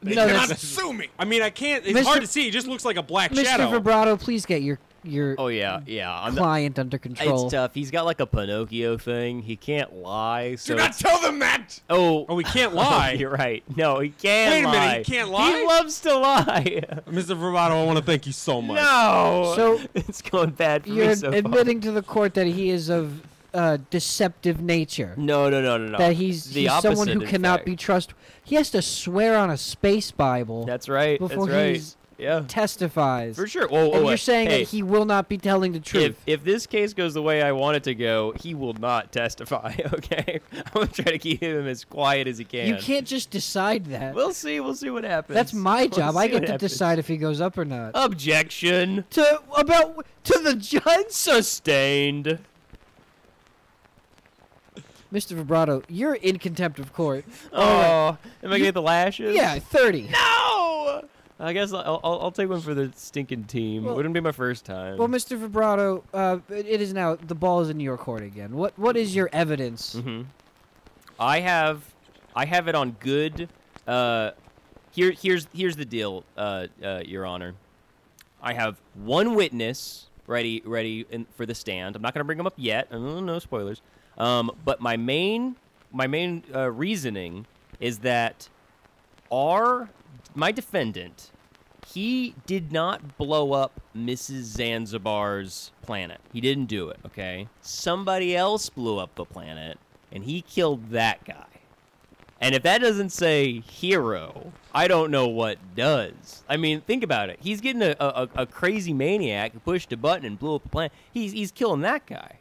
B: They
H: No,
B: cannot
H: that's-
B: sue me.
G: I mean, I can't. It's
H: Mr.
G: hard to see. He just looks like a black shadow.
H: Mr. Vibrato, please get your your
A: Oh yeah, yeah. I'm the-
H: client under control.
A: it's tough. He's got like a Pinocchio thing. He can't lie. So
B: Do not
A: it's-
B: tell them that.
A: Oh,
G: oh, we can't lie.
A: You're right. No, he can't.
G: Wait a minute, he
A: lie.
G: can't
A: He
G: lie?
A: loves to lie.
G: Mr. Vibrato, I want to thank you so much.
A: no.
H: So-
A: it's going bad for
H: You're
A: me so far.
H: admitting to the court that he is of uh, deceptive nature.
A: No, no, no, no, no.
H: That he's,
A: The
H: he's someone
A: opposite,
H: who
A: in
H: cannot
A: fact.
H: be trusted. He has to swear on a space Bible.
A: That's right. that's
H: Before
A: right.
H: he's
A: yeah.
H: testifies.
A: For sure. Whoa, whoa,
H: and
A: wait.
H: you're saying
A: Hey.
H: that he will not be telling the truth.
A: If, if this case goes the way I want it to go, he will not testify. Okay, I'm gonna try to keep him as quiet as he can.
H: you can't just decide that.
A: We'll see. We'll see what happens.
H: That's my
A: We'll
H: job. I
A: see
H: get
A: what
H: to
A: happens.
H: decide if he goes up or not.
A: Objection.
H: to about
A: To the judge sustained.
H: Mr. Vibrato, you're in contempt of court. All
A: Oh, am I gonna get the lashes?
H: right. yeah, thirty.
A: No. I guess I'll, I'll, I'll take one for the stinking team.
H: Well-
A: Wouldn't be my first time.
H: Well, Mr. Vibrato, uh, it it is now the ball is in your court again. What what is your evidence?
A: hmm I have, I have it on good. Uh, here, here's here's the deal, uh, uh, Your Honor. I have one witness ready, ready in, for the stand. I'm not going to bring him up yet. Oh, no spoilers. Um, but my main, my main uh, reasoning is that our my defendant, he did not blow up Mrs. Zanzibar's planet. He didn't do it, okay? Somebody else blew up the planet and he killed that guy. And if that doesn't say hero, I don't know what does. I mean, think about it. He's getting a, a, a crazy maniac who pushed a button and blew up a planet. He's, he's killing that guy.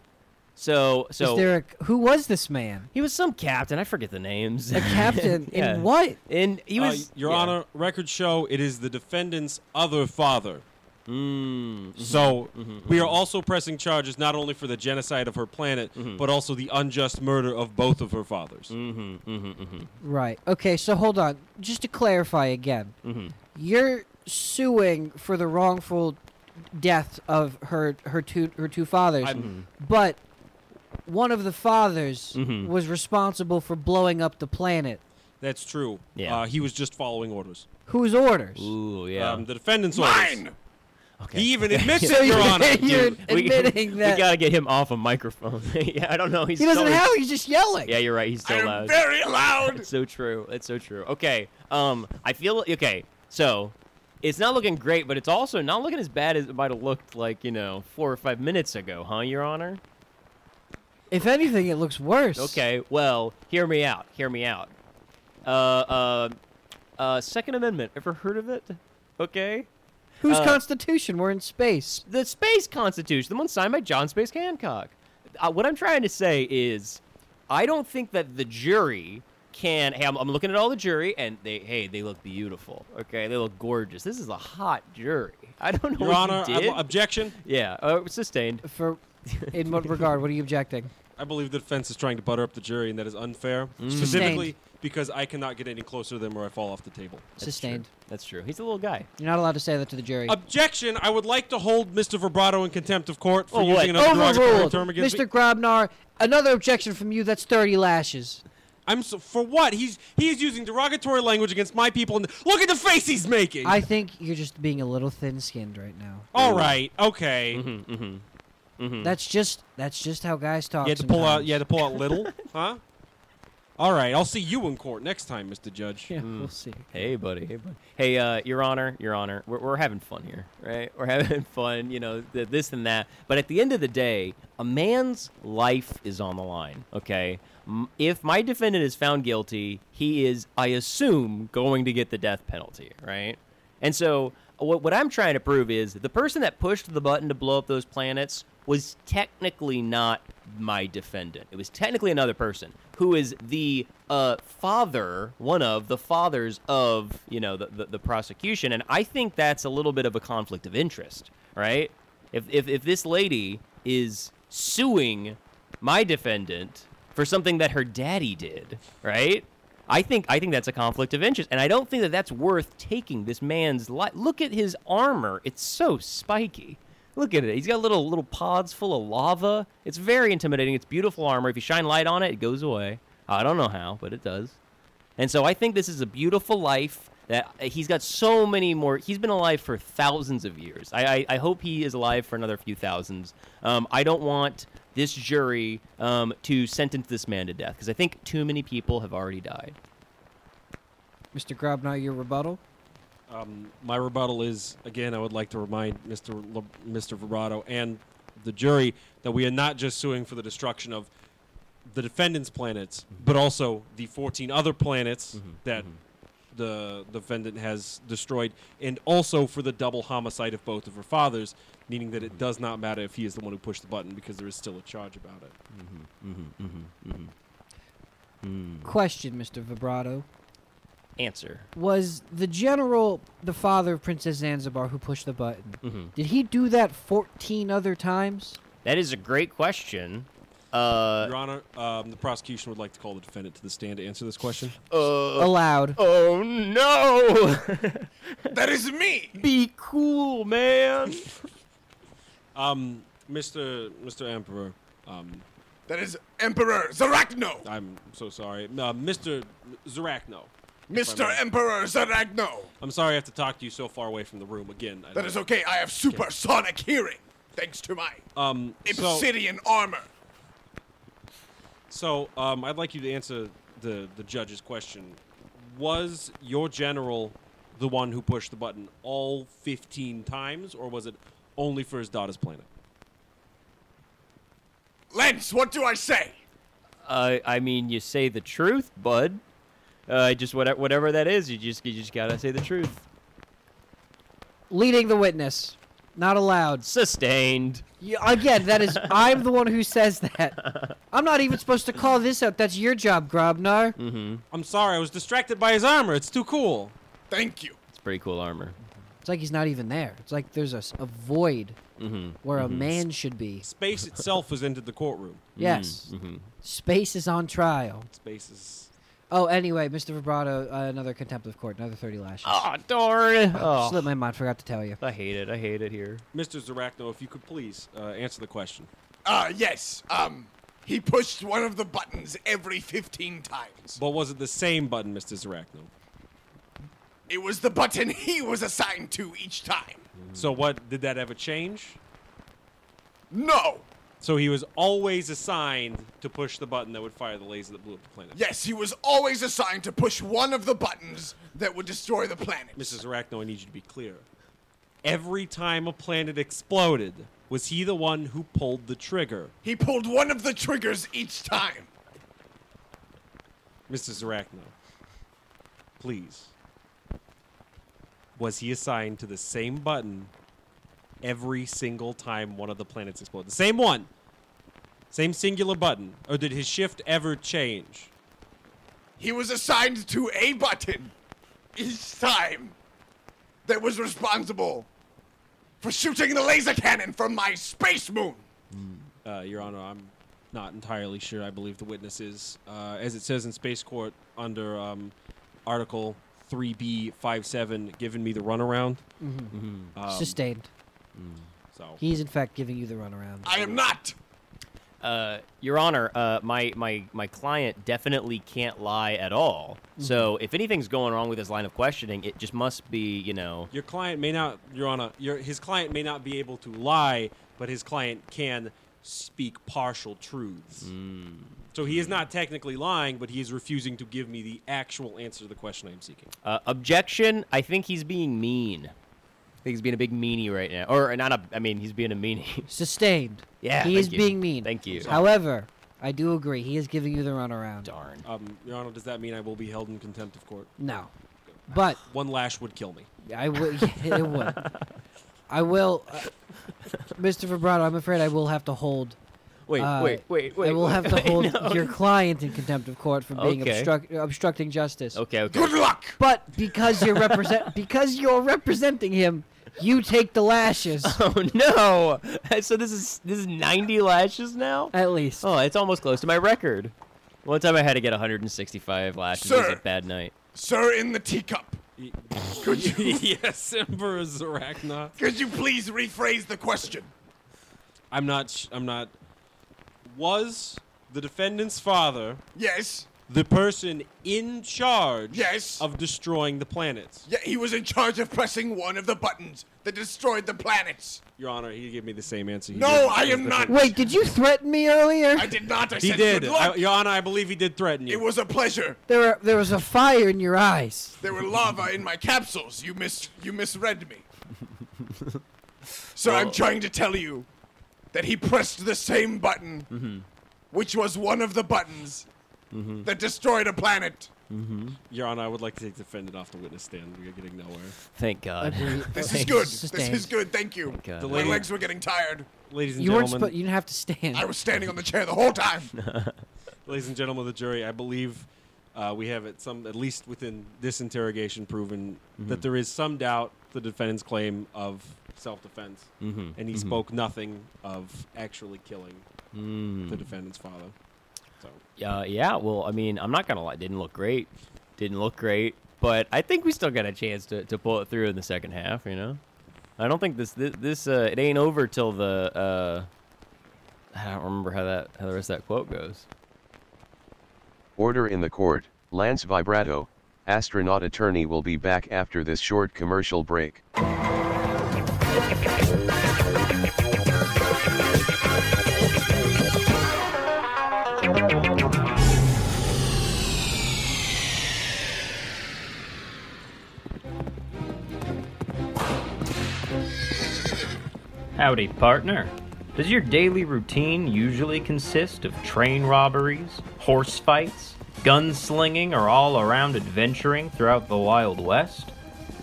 A: So, so
H: is there a, who was this man?
A: he was some captain. I forget the names.
H: A captain
A: Yeah.
H: in what?
A: In he
G: Uh,
A: was
G: Your
A: yeah.
G: Honor, records show it is the defendant's other father. Mm-hmm.
A: Mm, mhm,
G: So
A: mhm,
G: we
A: mhm.
G: are also pressing charges not only for the genocide of her planet, but also the unjust murder of both of her fathers.
A: Mhm, mhm, mhm,
H: Right. Okay. So hold on. Just to clarify again,
A: mhm.
H: you're suing for the wrongful death of her her two her two fathers,
A: Mm-hmm.
G: I'm-
H: but one of the fathers
A: Mhm.
H: was responsible for blowing up the planet.
G: That's true.
A: Yeah.
G: Uh, he was just following orders.
H: Whose orders?
A: Ooh, yeah.
G: Um, the defendant's orders.
B: Mine!
A: Okay.
G: He even admits
H: So
G: it, Your
H: you're-
G: Honor.
H: you're
A: Dude, we-
H: admitting
A: we,
H: that
A: gotta get him off a microphone. yeah, I don't know. He's
H: he doesn't
A: so,
H: have. He's just yelling.
A: Yeah, you're right. He's so
B: I'm
A: loud.
B: very loud!
A: It's so true. It's so true. Okay. Um, I feel okay. So, it's not looking great, but it's also not looking as bad as it might have looked like you know four or five minutes ago, huh, Your Honor?
H: If anything, it looks worse.
A: Okay, well, hear me out. Hear me out. Uh, uh, uh, Second Amendment. Ever heard of it? Okay.
H: Whose
A: Uh,
H: Constitution? We're in space.
A: The space constitution, the one signed by John Space Hancock. Uh, what I'm trying to say is, I don't think that the jury can. Hey, I'm, I'm looking at all the jury, and they, hey, they look beautiful. Okay, they look gorgeous. This is a hot jury. I don't know
G: Your
A: what
G: Honor,
A: you
G: I-
A: did.
G: objection.
A: yeah, uh, sustained.
H: For in what regard? What are you objecting?
G: I believe the defense is trying to butter up the jury, and that is unfair. Specifically because I cannot get any closer to them or I fall off the table.
H: Sustained.
A: That's true. He's a little guy.
H: You're not allowed to say that to the jury.
G: Objection! I would like to hold Mr. Vibrato in contempt of court for
A: Oh, what?
G: using another derogatory
H: Overruled,
G: term against
H: Mr.
G: me.
H: Grobnar. Another objection from you. That's thirty lashes.
G: I'm so, for what? He's he is using derogatory language against my people, and look at the face he's making.
H: I think you're just being a little thin-skinned right now.
G: All right, okay.
A: Mm-hmm, mm-hmm, mm-hmm.
H: That's just that's just how guys talk.
G: Hmm. You had to pull out.
H: sometimes.
G: You had to pull out little, huh? All right, I'll see you in court next time, Mr. Judge.
H: Yeah, we'll see.
A: Hey, buddy. Hey, buddy. Hey, uh, Your Honor, Your Honor, we're, we're having fun here, right? We're having fun, you know, th- this and that. But at the end of the day, a man's life is on the line, okay? M- If my defendant is found guilty, he is, I assume, going to get the death penalty, right? And so, what, what I'm trying to prove is the person that pushed the button to blow up those planets was technically not my defendant. It was technically another person who is the uh, father, one of the fathers of, you know, the, the, the prosecution. And I think that's a little bit of a conflict of interest, right? If, if, if this lady is suing my defendant for something that her daddy did, right? I think I think that's a conflict of interest, and I don't think that that's worth taking this man's life. Look at his armor; it's so spiky. Look at it. He's got little little pods full of lava. It's very intimidating. It's beautiful armor. If you shine light on it, it goes away. I don't know how, but it does. And so I think this is a beautiful life that uh, he's got so many more. He's been alive for thousands of years. I, I, I hope he is alive for another few thousands. Um, I don't want this jury um, to sentence this man to death because I think too many people have already died.
H: Mr. Grobnar, your rebuttal.
G: Um, my rebuttal is again, I would like to remind Mr. Le- Mr. Vibrato and the jury that we are not just suing for the destruction of the defendant's planets, but also the 14 other planets that the defendant has destroyed, and also for the double homicide of both of her fathers, meaning that it does not matter if he is the one who pushed the button because there is still a charge about it.
A: Mm-hmm, mm-hmm, mm-hmm.
H: Question, Mr. Vibrato.
A: Answer.
H: Was the general the father of Princess Zanzibar who pushed the button?
A: Mhm.
H: Did he do that 14 other times?
A: That is a great question. Uh,
G: Your Honor, um, the prosecution would like to call the defendant to the stand to answer this question.
A: uh,
H: Allowed.
A: Oh no!
B: That is me.
A: Be cool, man.
G: Um, Mr. Mr. Emperor, um,
B: That is Emperor Zarachno.
G: I'm so sorry. Uh, Mr. Zarachno.
B: Mr. Emperor Zarachno.
G: I'm sorry I have to talk to you so far away from the room again. I
B: That
G: know.
B: is okay. I have supersonic hearing thanks to my
G: Um, so,
B: obsidian armor.
G: so um, I'd like you to answer the, the judge's question. Was your general the one who pushed the button all 15 times, or was it only for his daughter's planet?
B: Lance, what do I say?
A: I I mean, you say the truth, bud. Uh, just whatever whatever that is, you just you just gotta say the truth.
H: Leading the witness. Not allowed.
A: Sustained.
H: You, again, that is. I'm the one who says that. I'm not even supposed to call this out. That's your job, Grobnar.
A: Mm-hmm.
G: I'm sorry, I was distracted by his armor. It's too cool.
B: Thank you.
A: It's pretty cool armor.
H: It's like he's not even there. It's like there's a, s- a void
A: Mm-hmm. Mm,
H: where a man should be.
G: Space itself has entered the courtroom.
H: Yes.
A: Mm-hmm.
H: Space is on trial.
G: Space is.
H: Oh, anyway, Mr. Vibrato, uh, another contempt court, another 30 lashes.
A: Oh darn!
H: Slipped
A: Oh,
H: my mind, forgot to tell you.
A: I hate it. I hate it here.
G: Mr. Zarachno, if you could please uh, answer the question.
B: Uh, yes. Um, he pushed one of the buttons every 15 times.
G: But was it the same button, Mr. Zarachno?
B: It was the button he was assigned to each time.
G: So what did that ever change?
B: No.
G: So he was always assigned to push the button that would fire the laser that blew up the planet.
B: Yes, he was always assigned to push one of the buttons that would destroy the planet.
G: Mrs. Arachno, I need you to be clear. Every time a planet exploded, was he the one who pulled the trigger?
B: He pulled one of the triggers each time.
G: Mrs. Arachno, please. Was he assigned to the same button every single time one of the planets exploded? The same one. Same singular button. Or did his shift ever change?
B: He was assigned to a button each time that was responsible for shooting the laser cannon from my space moon.
G: Uh, Your Honor, I'm not entirely sure. I believe the witness is, uh, as it says in Space Court under um, Article 3B57, giving me the runaround. Um,
H: Sustained.
G: so
H: He's, in fact, giving you the runaround.
B: I am not.
A: Uh, Your Honor, uh, my, my, my client definitely can't lie at all. So if anything's going wrong with his line of questioning, it just must be, you know.
G: your client may not, Your Honor, your, his client may not be able to lie, but his client can speak partial truths. So he is not technically lying, but he is refusing to give me the actual answer to the question I am seeking.
A: Uh, objection, I think he's being mean. I think he's being a big meanie right now. Or not a, I mean, he's being a meanie.
H: Sustained.
A: Yeah,
H: He
A: thank
H: is
A: you.
H: being mean.
A: Thank you.
H: However, I do agree. He is giving you the runaround.
A: Darn.
G: Um, your Honor, does that mean I will be held in contempt of court?
H: No. But
G: One lash would kill me.
H: I will. yeah, it would. I will. Uh, Mr. Vibrato, I'm afraid I will have to hold.
A: Wait,
H: uh,
A: wait, wait, wait.
H: I will
A: wait,
H: have
A: wait,
H: to hold
A: no.
H: your client in contempt of court for being
A: Okay.
H: obstruct, obstructing justice.
A: Okay, okay.
B: Good luck.
H: But because you're represent because you're representing him, you take the lashes
A: Oh no! So this is this is 90 lashes now.
H: at least.
A: Oh, it's almost close to my record. One time I had to get 165 lashes. It was
B: Sir.
A: a bad night.
B: Sir in the teacup, could you,
G: yes, Emperor Arachna.
B: could you please rephrase the question?
G: I'm not. Sh- I'm not. Was the defendant's father
B: Yes.
G: the person in charge?
B: Yes.
G: Of destroying the planets,
B: Yeah, he was in charge of pressing one of the buttons that destroyed the planets.
G: Your Honor. He gave me the same answer. he
B: No,
G: did.
B: I am not.
H: Wait, did you threaten me earlier?
B: I did not. I
G: He
B: said
G: did,
B: good
G: I,
B: luck.
G: Your Honor. I believe he did threaten you.
B: it was a pleasure.
H: There, were, there was a fire in your eyes.
B: There were lava in my capsules. You mis you misread me. Sir, I'm trying to tell you that he pressed the same button,
G: Mhm.
B: which was one of the buttons
G: Mhm.
B: that destroyed a planet.
G: Mm-hmm. Your Honor, I would like to take the defendant off the witness stand. We are getting nowhere.
A: Thank God.
B: This is good. This is good. Thank you.
A: God.
G: The
B: My
G: lady-
B: legs were getting tired.
G: Ladies and
H: You weren't.
G: gentlemen.
H: Spo- you didn't have to stand.
B: I was standing on the chair the whole time.
G: Ladies and gentlemen of the jury, I believe uh, we have at some, at least within this interrogation, proven that
A: Mhm.
G: there is some doubt the defendant's claim of self-defense,
A: Mhm.
G: and he
A: Mhm.
G: spoke nothing of actually killing
A: Mm.
G: the defendant's father. So
A: Uh, yeah, well, I mean, I'm not gonna lie, didn't look great, didn't look great, but I think we still got a chance to, to pull it through in the second half. You know, I don't think this this, this uh, it ain't over till the uh, I don't remember how that how the rest of that quote goes.
C: Order in the court, Lance Vibrato, astronaut attorney will be back after this short commercial break.
K: Howdy, partner. Does your daily routine usually consist of train robberies, horse fights, gunslinging, or all around adventuring throughout the Wild West?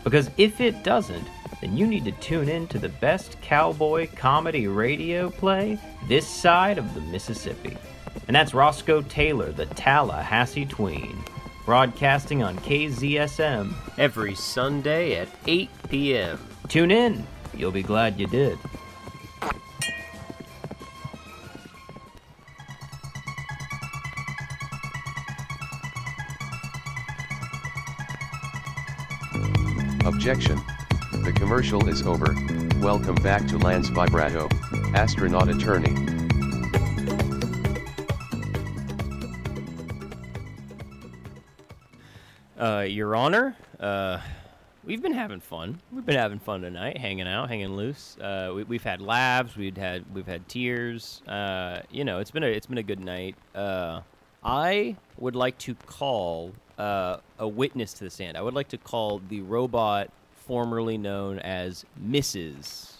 K: Because if it doesn't, then you need to tune in to the best cowboy comedy radio play this side of the Mississippi. And that's Roscoe Taylor, the Tallahassee Tween, broadcasting on KZSM every Sunday at 8 p.m. Tune in, you'll be glad you did.
C: Objection. The commercial is over. Welcome back to Lance Vibrato, astronaut attorney.
A: Uh, Your Honor, uh, we've been having fun. We've been having fun tonight, hanging out, hanging loose. Uh, we, we've had laughs. We've had we've had tears. Uh, you know, it's been a it's been a good night. Uh, I would like to call uh, a witness to the stand. I would like to call the robot formerly known as Mrs.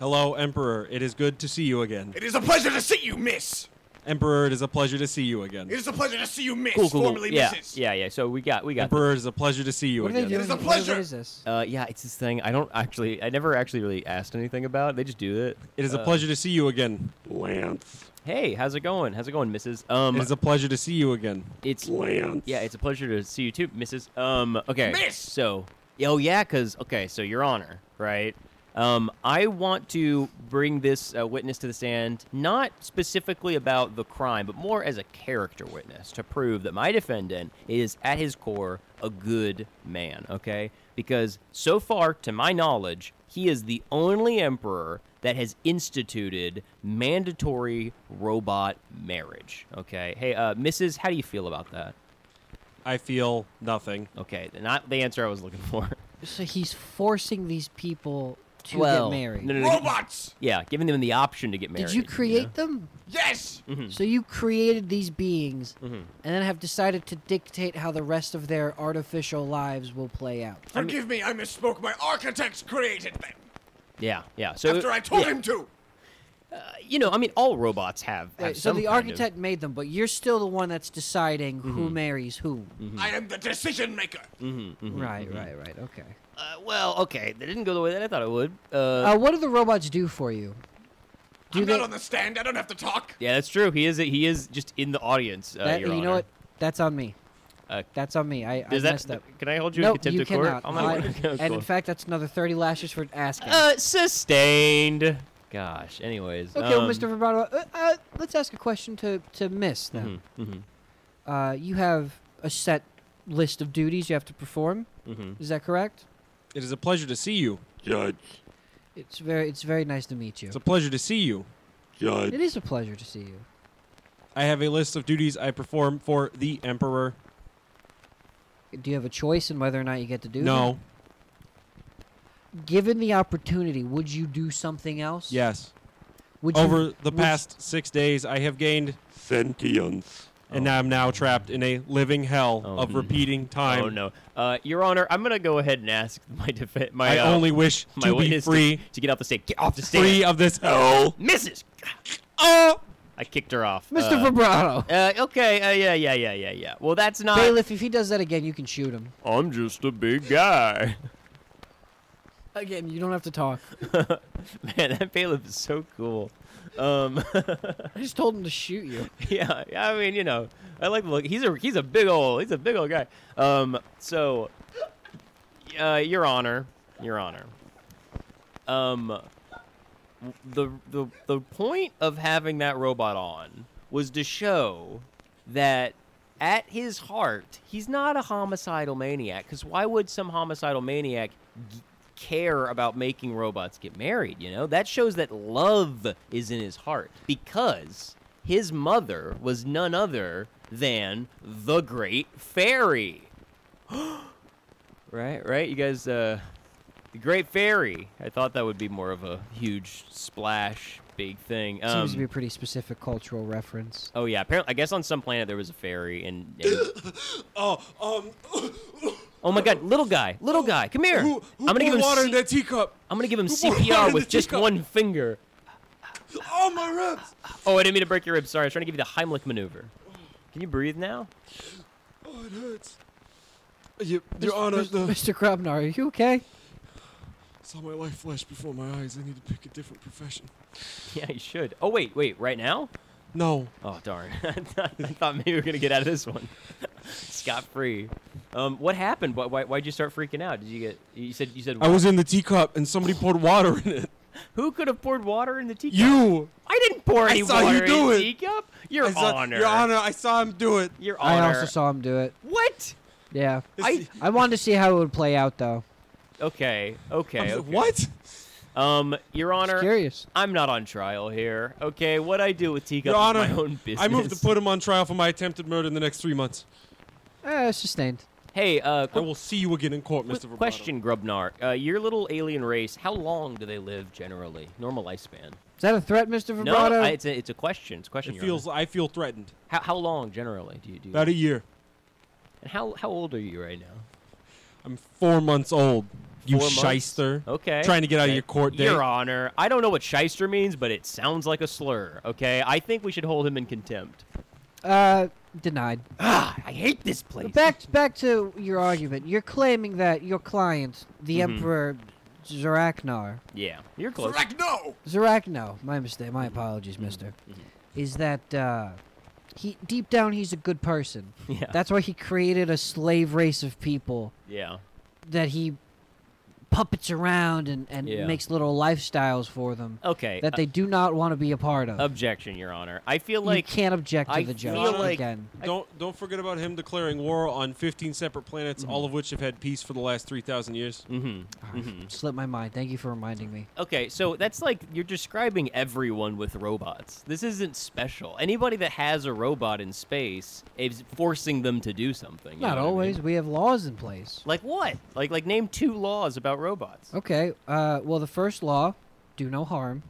G: Hello, Emperor. It is good to see you again.
B: It is a pleasure to see you, miss.
G: Emperor, it is a pleasure to see you again.
B: It is a pleasure to see you, miss.
A: Cool, cool, cool.
B: formerly
A: Yeah,
B: Mrs.
A: yeah, yeah. So we got we got.
G: Emperor, it is a pleasure to see you
A: What are they
G: again.
A: doing?
B: It is a
A: What-
B: pleasure.
A: what is Uh, yeah, it's this thing. I don't actually. I never actually really asked anything about. it. They just do it.
G: It is a
A: Uh,
G: pleasure to see you again, Lance.
A: Hey, how's it going? How's it going, Mrs. Um,
G: it is a pleasure to see you again.
A: It's
G: Lance.
A: Yeah, it's a pleasure to see you too, Mrs. Um, okay.
G: Miss!
A: So, oh yeah, cause okay, so Your Honor, right? Um, I want to bring this uh, witness to the stand, not specifically about the crime, but more as a character witness to prove that my defendant is, at his core, a good man. Okay, because so far, to my knowledge, he is the only emperor that has instituted mandatory robot marriage. Okay, hey, uh, Mrs., how do you feel about that?
G: I feel nothing.
A: Okay, not the answer I was looking for.
H: So he's forcing these people to
A: Well,
H: get married.
A: no, no, no, you- Yeah, giving them the option to get married.
H: Did you create them?
B: Yes.
A: Mm-hmm.
H: So you created these beings,
A: Mhm.
H: and then have decided to dictate how the rest of their artificial lives will play out.
B: Forgive me, I misspoke. My architects created them
A: Yeah, yeah. So
B: after I told
A: Uh, yeah.
B: him to.
A: you know, I mean, all robots have. have
H: Wait, Uh, so
A: some
H: the
A: kind of-
H: architect made them, but you're still the one that's deciding who
A: Mhm.
H: marries whom.
B: I am the decision maker.
A: Mm-hmm,
H: Right, right, right. Okay.
A: Uh, well, okay, that didn't go the way that I thought it would. Uh,
H: Uh, what do the robots do for you? Do
B: I'm
H: they?
B: not on the stand. I don't have to talk.
A: yeah, that's true. He is. He is just in the audience. Uh,
H: that-
A: Your
H: you know
A: Honor.
H: what? That's on me.
A: Uh,
H: that's on me. I, I
A: does that-
H: messed up.
A: can I hold you in
H: no,
A: contempt
H: you
A: of court?
H: cannot.
A: Oh, my
H: I-
A: word. Okay,
H: and
A: cool.
H: in fact, that's another thirty lashes for asking.
A: Uh, sustained. Gosh. Anyways.
H: okay, well,
A: um,
H: Mr. Vibrato, uh, uh, let's ask a question to to Miss then.
A: mhm, mhm.
H: Uh, you have a set list of duties you have to perform.
G: Mhm.
A: Mm-hmm.
H: Is that correct?
G: It is a pleasure to see you, Judge.
H: It's very it's very nice to meet you.
G: It's a pleasure to see you, Judge.
H: It is a pleasure to see you.
G: I have a list of duties I perform for the Emperor.
H: Do you have a choice in whether or not you get to do
G: no.
H: them? Given the opportunity, would you do something else?
G: Yes.
H: Would you-
G: Over the
H: would-
G: past six days, I have gained sentience. and now I'm now trapped in a living hell of repeating time.
A: Oh. Oh no, uh, Your Honor, I'm gonna go ahead and ask my defense. My
G: I
A: uh,
G: only wish
A: my
G: to be
A: witness
G: free.
A: to, get off the stage. Get off the stage.
G: Free of this hell.
A: Mrs.
G: Oh,
A: I kicked her off,
H: Mr.
A: Uh,
H: Vibrato.
A: Uh, okay, uh, yeah, yeah, yeah, yeah, yeah. Well, that's not.
H: Bailiff, if he does that again, you can shoot him.
A: I'm just a big guy.
H: Again, you don't have to talk.
A: Man, that bailiff is so cool. Um,
H: I just told him to shoot you.
A: yeah, I mean, you know, I like the look. He's a he's a big old he's a big old guy. Um, so, uh, Your Honor, Your Honor, um, w- the the the point of having that robot on was to show that at his heart he's not a homicidal maniac. Because why would some homicidal maniac? G- care about making robots get married, you know? That shows that love is in his heart because his mother was none other than the great fairy. right, right? You guys uh the great fairy. I thought that would be more of a huge splash big thing. Um,
H: Seems to be a pretty specific cultural reference.
A: Oh yeah, apparently I guess on some planet there was a fairy and, and-
L: Oh, um,
A: Oh my god, little guy, little guy, come here.
L: who, who
A: I'm gonna give
L: poured
A: him
L: water in
A: C-
L: that teacup?
A: I'm gonna give him
L: Who poured water
A: CPR
L: in
A: with
L: the
A: just
L: teacup?
A: one finger.
L: Oh my ribs!
A: Oh, I didn't mean to break your ribs. Sorry, I was trying to give you the Heimlich maneuver. Can you breathe now?
L: Oh, it hurts. Your,
H: Mis-
L: Your Honor,
H: Mis-
L: the,
H: Mr. Krabnar, are you okay?
L: saw my life flash before my eyes. I need to pick a different profession.
A: Yeah, you should. Oh wait, wait, right now?
G: No.
A: Oh darn! I thought I thought maybe we were gonna get out of this one scot free. Um, what happened? Why, why why'd you start freaking out? Did you get? You said you said
G: I was in the teacup and somebody poured water in it.
A: Who could have poured water in the teacup?
G: You.
A: I didn't pour
G: I
A: any
G: saw you
A: water in
G: do
A: the
G: it.
A: teacup. Your
G: I saw-
A: honor.
G: Your Honor, I saw him do it.
A: Your
H: I
A: honor.
H: also saw him do it.
A: What?
H: Yeah.
A: I-
H: I wanted to see how it would play out, though.
A: Okay. Okay.
G: I'm so-
A: okay.
G: What?
A: Um, Your Honor.
H: curious.
A: I'm not on trial here. Okay. What I do with teacup
G: Your
A: is
G: Honor,
A: my own business.
G: I move to put him on trial for my attempted murder in the next three months.
H: Eh, sustained.
A: Hey, uh,
G: I
A: quick
G: will see you again in court, Mr.
A: Quick
G: Vibrato.
A: question, Grubnar. Uh, your little alien race, how long do they live generally? Normal lifespan?
H: Is that a threat, Mr.
A: No,
H: Vibrato?
A: I, it's, a, it's a question. It's a question.
G: It
A: Your
G: feels.
A: Honor.
G: I feel threatened.
A: How, how long generally do you do?
G: About a year. e-
A: and how, how old are you right now?
G: I'm four months old. You
A: Four months?
G: shyster.
A: Okay.
G: Trying to get out
A: okay.
G: of your court date.
A: Your Honor, I don't know what shyster means, but it sounds like a slur, okay? I think we should hold him in contempt.
H: Uh, denied.
A: Ah, I hate this place.
H: Back back to your argument. You're claiming that your client, the
A: Mhm.
H: Emperor Zaraknar,
A: Yeah, you're close.
B: Correct, no!
H: Zarakno, my mistake, my apologies,
A: Mm-hmm.
H: Mister, is that uh, he deep down he's a good person.
A: Yeah.
H: That's why he created a slave race of people
A: Yeah.
H: that he puppets around and, and
A: Yeah.
H: makes little lifestyles for them
A: Okay.
H: that
A: uh,
H: they do not want to be a part of.
A: objection, Your Honor. I feel
H: Uh-huh. you
A: like.
H: can't object to
A: I
H: the judge
A: feel like-
H: again.
G: Don't don't forget about him declaring war on 15 separate planets, all of which have had peace for the last 3,000 years.
A: hmm
H: Slipped my mind. Thank you for reminding me.
A: Okay, so that's like you're describing everyone with robots. This isn't special. Anybody that has a robot in space is forcing them to do something. you
H: Not
A: know what I
H: always.
A: mean?
H: We have laws in place.
A: Like what? Like like name two laws about robots.
H: Okay. Uh, well, the first law, do no harm.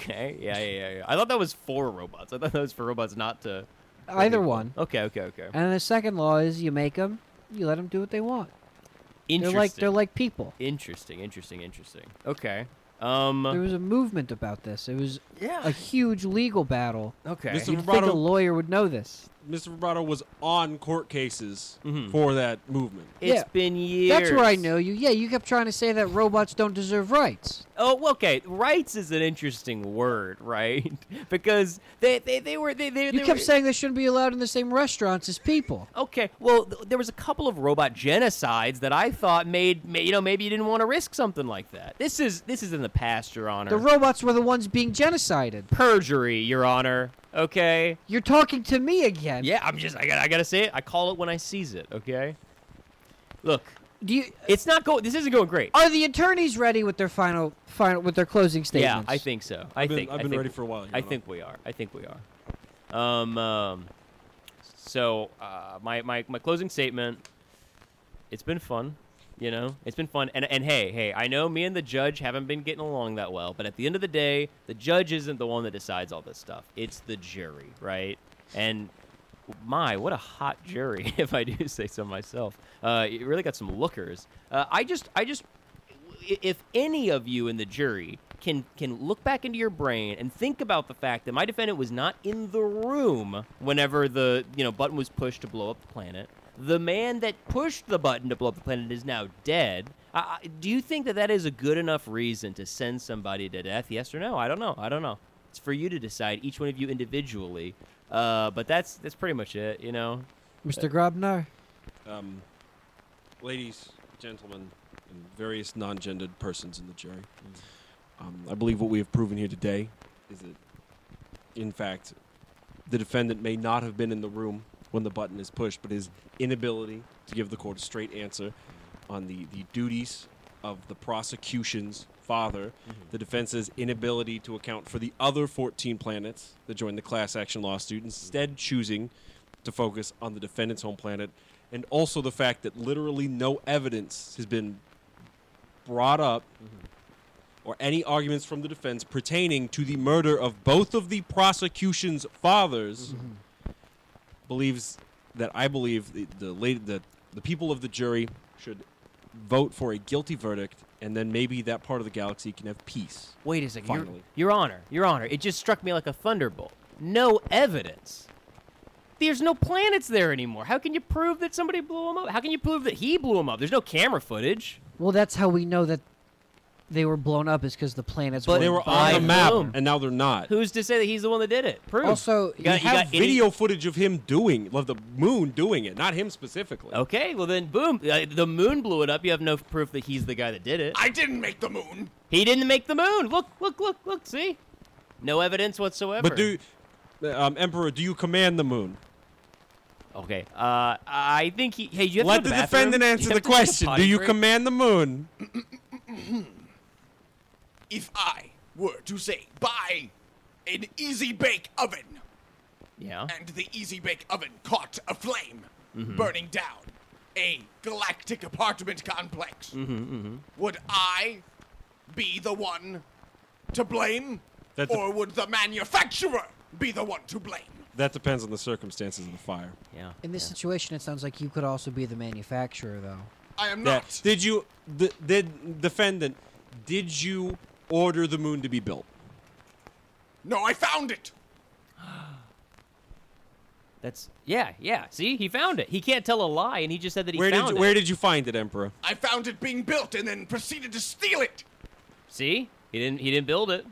A: Okay. Yeah, yeah, yeah, yeah. I thought that was for robots. I thought that was for robots not to
H: Either one.
A: Okay, okay, okay.
H: And the second law is you make them, you let them do what they want. They're
A: Interesting.
H: like they're like people.
A: interesting, interesting, interesting. Okay. Um
H: There was a movement about this. It was
A: Yeah.
H: a huge legal battle.
A: Okay.
G: Mr.
H: You'd think a
G: Vibrato-
H: lawyer would know this.
G: Mr. Vibrato was on court cases
A: Mm-hmm.
G: for that movement.
A: It's
H: Yeah.
A: been years.
H: That's where I know you. Yeah, you kept trying to say that robots don't deserve rights.
A: Oh, well, okay. Rights is an interesting word, right? because they, they, they were they they,
H: You
A: they
H: kept
A: were,
H: saying they shouldn't be allowed in the same restaurants as people.
A: Okay, well, th- there was a couple of robot genocides that I thought made ma- you know maybe you didn't want to risk something like that. This is this is in the past, Your Honor.
H: The robots were the ones being genocided.
A: Perjury, Your Honor. Okay.
H: You're talking to me again.
A: Yeah, I'm just I got I gotta say it. I call it when I seize it. Okay. Look,
H: Do you
A: it's not going. This isn't going great.
H: are the attorneys ready with their final final with their closing
A: Yeah,
H: statements?
A: I think so. I
G: I've been-
A: think
G: I've
A: I
G: been
A: think-
G: ready for a while, Your
A: I
G: Honor.
A: think we are. I think we are. Um, um so uh, my, my my closing statement. It's been fun, you know. It's been fun, and and hey, hey, I know me and the judge haven't been getting along that well, but at the end of the day, the judge isn't the one that decides all this stuff. It's the jury, right? And My, what a hot jury, if I do say so myself. Uh, you really got some lookers. Uh, I just, I just, i- if any of you in the jury can can look back into your brain and think about the fact that my defendant was not in the room whenever the you know button was pushed to blow up the planet. The man that pushed the button to blow up the planet is now dead. I I- do you think that that is a good enough reason to send somebody to death? Yes or no? I don't know. I don't know. It's for you to decide, each one of you individually. Uh, but that's that's pretty much it, you know.
H: Mr. Grobner.
G: Um, ladies, gentlemen, and various non gendered persons in the jury, um, I believe what we have proven here today is that, in fact, the defendant may not have been in the room when the button is pushed, but his inability to give the court a straight answer on the, the duties of the prosecution's father, the defense's inability to account for the other 14 planets that joined the class action lawsuit, instead choosing to focus on the defendant's home planet, and also the fact that literally no evidence has been brought up or any arguments from the defense pertaining to the murder of both of the prosecution's fathers believes that I believe the the, lady, the the people of the jury should vote for a guilty verdict and then maybe that part of the galaxy can have peace.
A: Wait a second, Your,
G: Finally.
A: Your Honor, Your Honor, it just struck me like a thunderbolt. No evidence. There's no planets there anymore. How can you prove that somebody blew him up? How can you prove that he blew him up? There's no camera footage.
H: Well, that's how we know that they were blown up is because the planets.
A: But
H: were
A: they were on the
H: by
A: map.
H: whom.
G: And now they're not.
A: Who's to say that he's the one that did it? Proof.
H: Also,
A: You got-
G: We
A: you got
G: have
A: any-
G: video footage of him doing of the moon doing it, not him specifically.
A: Okay, well then, boom. Uh, The moon blew it up. You have no proof that he's the guy that did it.
B: I didn't make the moon.
A: He didn't make the moon. Look, look, look, look. See, no evidence whatsoever.
G: But do um, Emperor, do you command the moon?
A: Okay. Uh, I think he. Hey, you have
G: Let
A: to go to
G: the
A: the bathroom?
G: defendant
A: You
G: answer
A: have
G: the
A: to take a
G: question.
A: potty
G: Do you
A: break?
G: command the moon?
B: If I were to say buy an easy bake oven,
A: yeah,
B: and the easy bake oven caught a flame,
A: Mhm.
B: burning down a galactic apartment complex,
A: Mm-hmm,
B: would I be the one to blame,
G: That's a-
B: or would the manufacturer be the one to blame?
G: That depends on the circumstances of the fire.
A: Yeah.
H: In this situation, it sounds like you could also be the manufacturer, though.
B: I am
G: Yeah.
B: not.
G: Did you, the, did defendant, did you order the moon to be built?
B: No, I found it.
A: That's yeah, yeah. See, he found it. He can't tell a lie, and he just said that he
G: Where did
A: found
G: you,
A: it.
G: where did you find it, Emperor?
B: I found it being built and then proceeded to steal it.
A: See, he didn't. He didn't build it.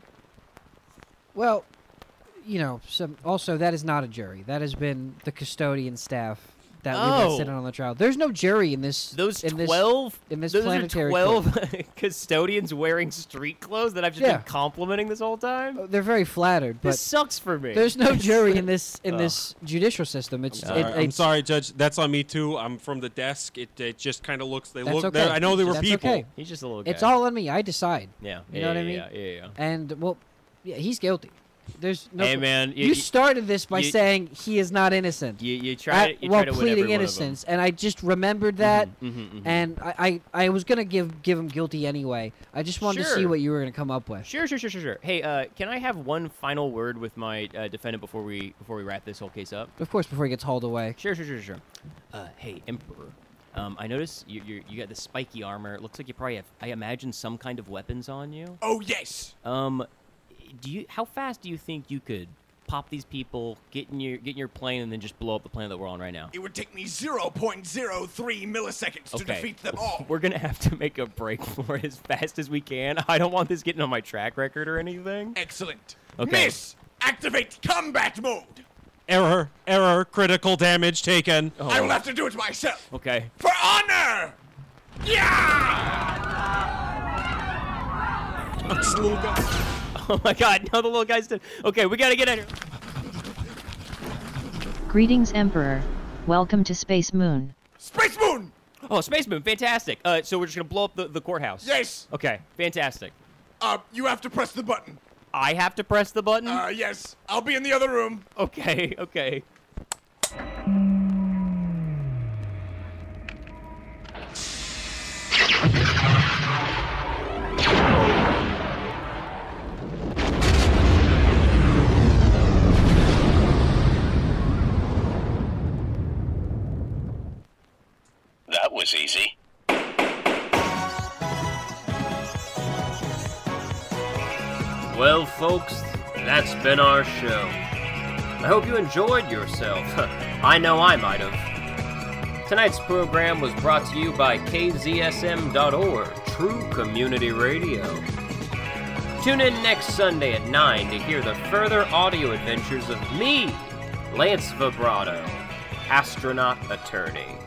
H: Well, you know, some, also that is not a jury. That has been the custodian staff that we've
A: Oh.
H: been sitting on the trial. There's no jury in this. Those in this,
A: Twelve
H: in this
A: those are
H: planetary. court.
A: twelve custodians wearing street clothes that I've just
H: Yeah.
A: been complimenting this whole time.
H: Oh, They're very flattered, but
A: this sucks for me.
H: there's no jury in this in
G: Ugh.
H: this judicial system. It's
G: Sorry,
H: Uh, it,
G: I'm
H: it's-
G: sorry, Judge. That's on me too. I'm from the desk. It, it just kind of looks. They
H: That's
G: look.
H: okay.
G: they're- I know they were
H: That's
G: people.
H: okay.
A: He's just a little.
H: It's
A: guy.
H: all on me. I decide.
A: Yeah,
H: You
A: yeah,
H: know what I mean?
A: yeah, yeah, yeah.
H: And well, yeah, he's guilty. There's no.
A: Hey, man, you-
H: you,
A: you-
H: started this by
A: you-
H: saying he is not innocent.
A: You you try
H: at-
A: to you
H: while
A: try to win every
H: pleading
A: one of them.
H: innocence, and I just remembered that,
A: mhm, mhm.
H: and I, I, I was gonna give give him guilty anyway. I just wanted to see
A: Sure.
H: what you were gonna come up with.
A: Sure, sure, sure, sure, sure. Hey, uh, can I have one final word with my uh, defendant before we before we wrap this whole case up?
H: Of course, before he gets hauled away.
A: Sure, sure, sure, sure. Uh, hey, Emperor. Um, I notice you you you got the spiky armor. It looks like you probably have. I imagine some kind of weapons on you.
B: Oh yes.
A: Um, do you? How fast do you think you could pop these people, get in your get in your plane, and then just blow up the planet that we're on right now?
B: It would take me 0.03 milliseconds to defeat them all.
A: We're gonna have to make a break for it as fast as we can. I don't want this getting on my track record or anything.
B: Excellent.
A: Okay.
B: Miss, activate combat mode.
G: Error, error, critical damage taken.
A: Oh.
H: Oh.
B: I will have to do it myself.
A: Okay.
B: For honor!
G: This little guy.
A: Oh my god, no, the little guy's dead. Okay, we gotta get out of here.
F: Greetings, Emperor. Welcome to Space Moon.
B: Space Moon!
A: Oh, Space Moon, fantastic. Uh, so we're just gonna blow up the, the courthouse.
B: Yes!
A: Okay, fantastic.
B: Uh, you have to press the button.
A: I have to press the button?
B: Uh, yes. I'll be in the other room.
A: Okay, okay.
I: Well, folks, that's been our show. I hope you enjoyed yourself. I know I might have. Tonight's program was brought to you by KZSM.org, True Community Radio. Tune in next Sunday at 9 to hear the further audio adventures of me, Lance Vibrato, astronaut attorney.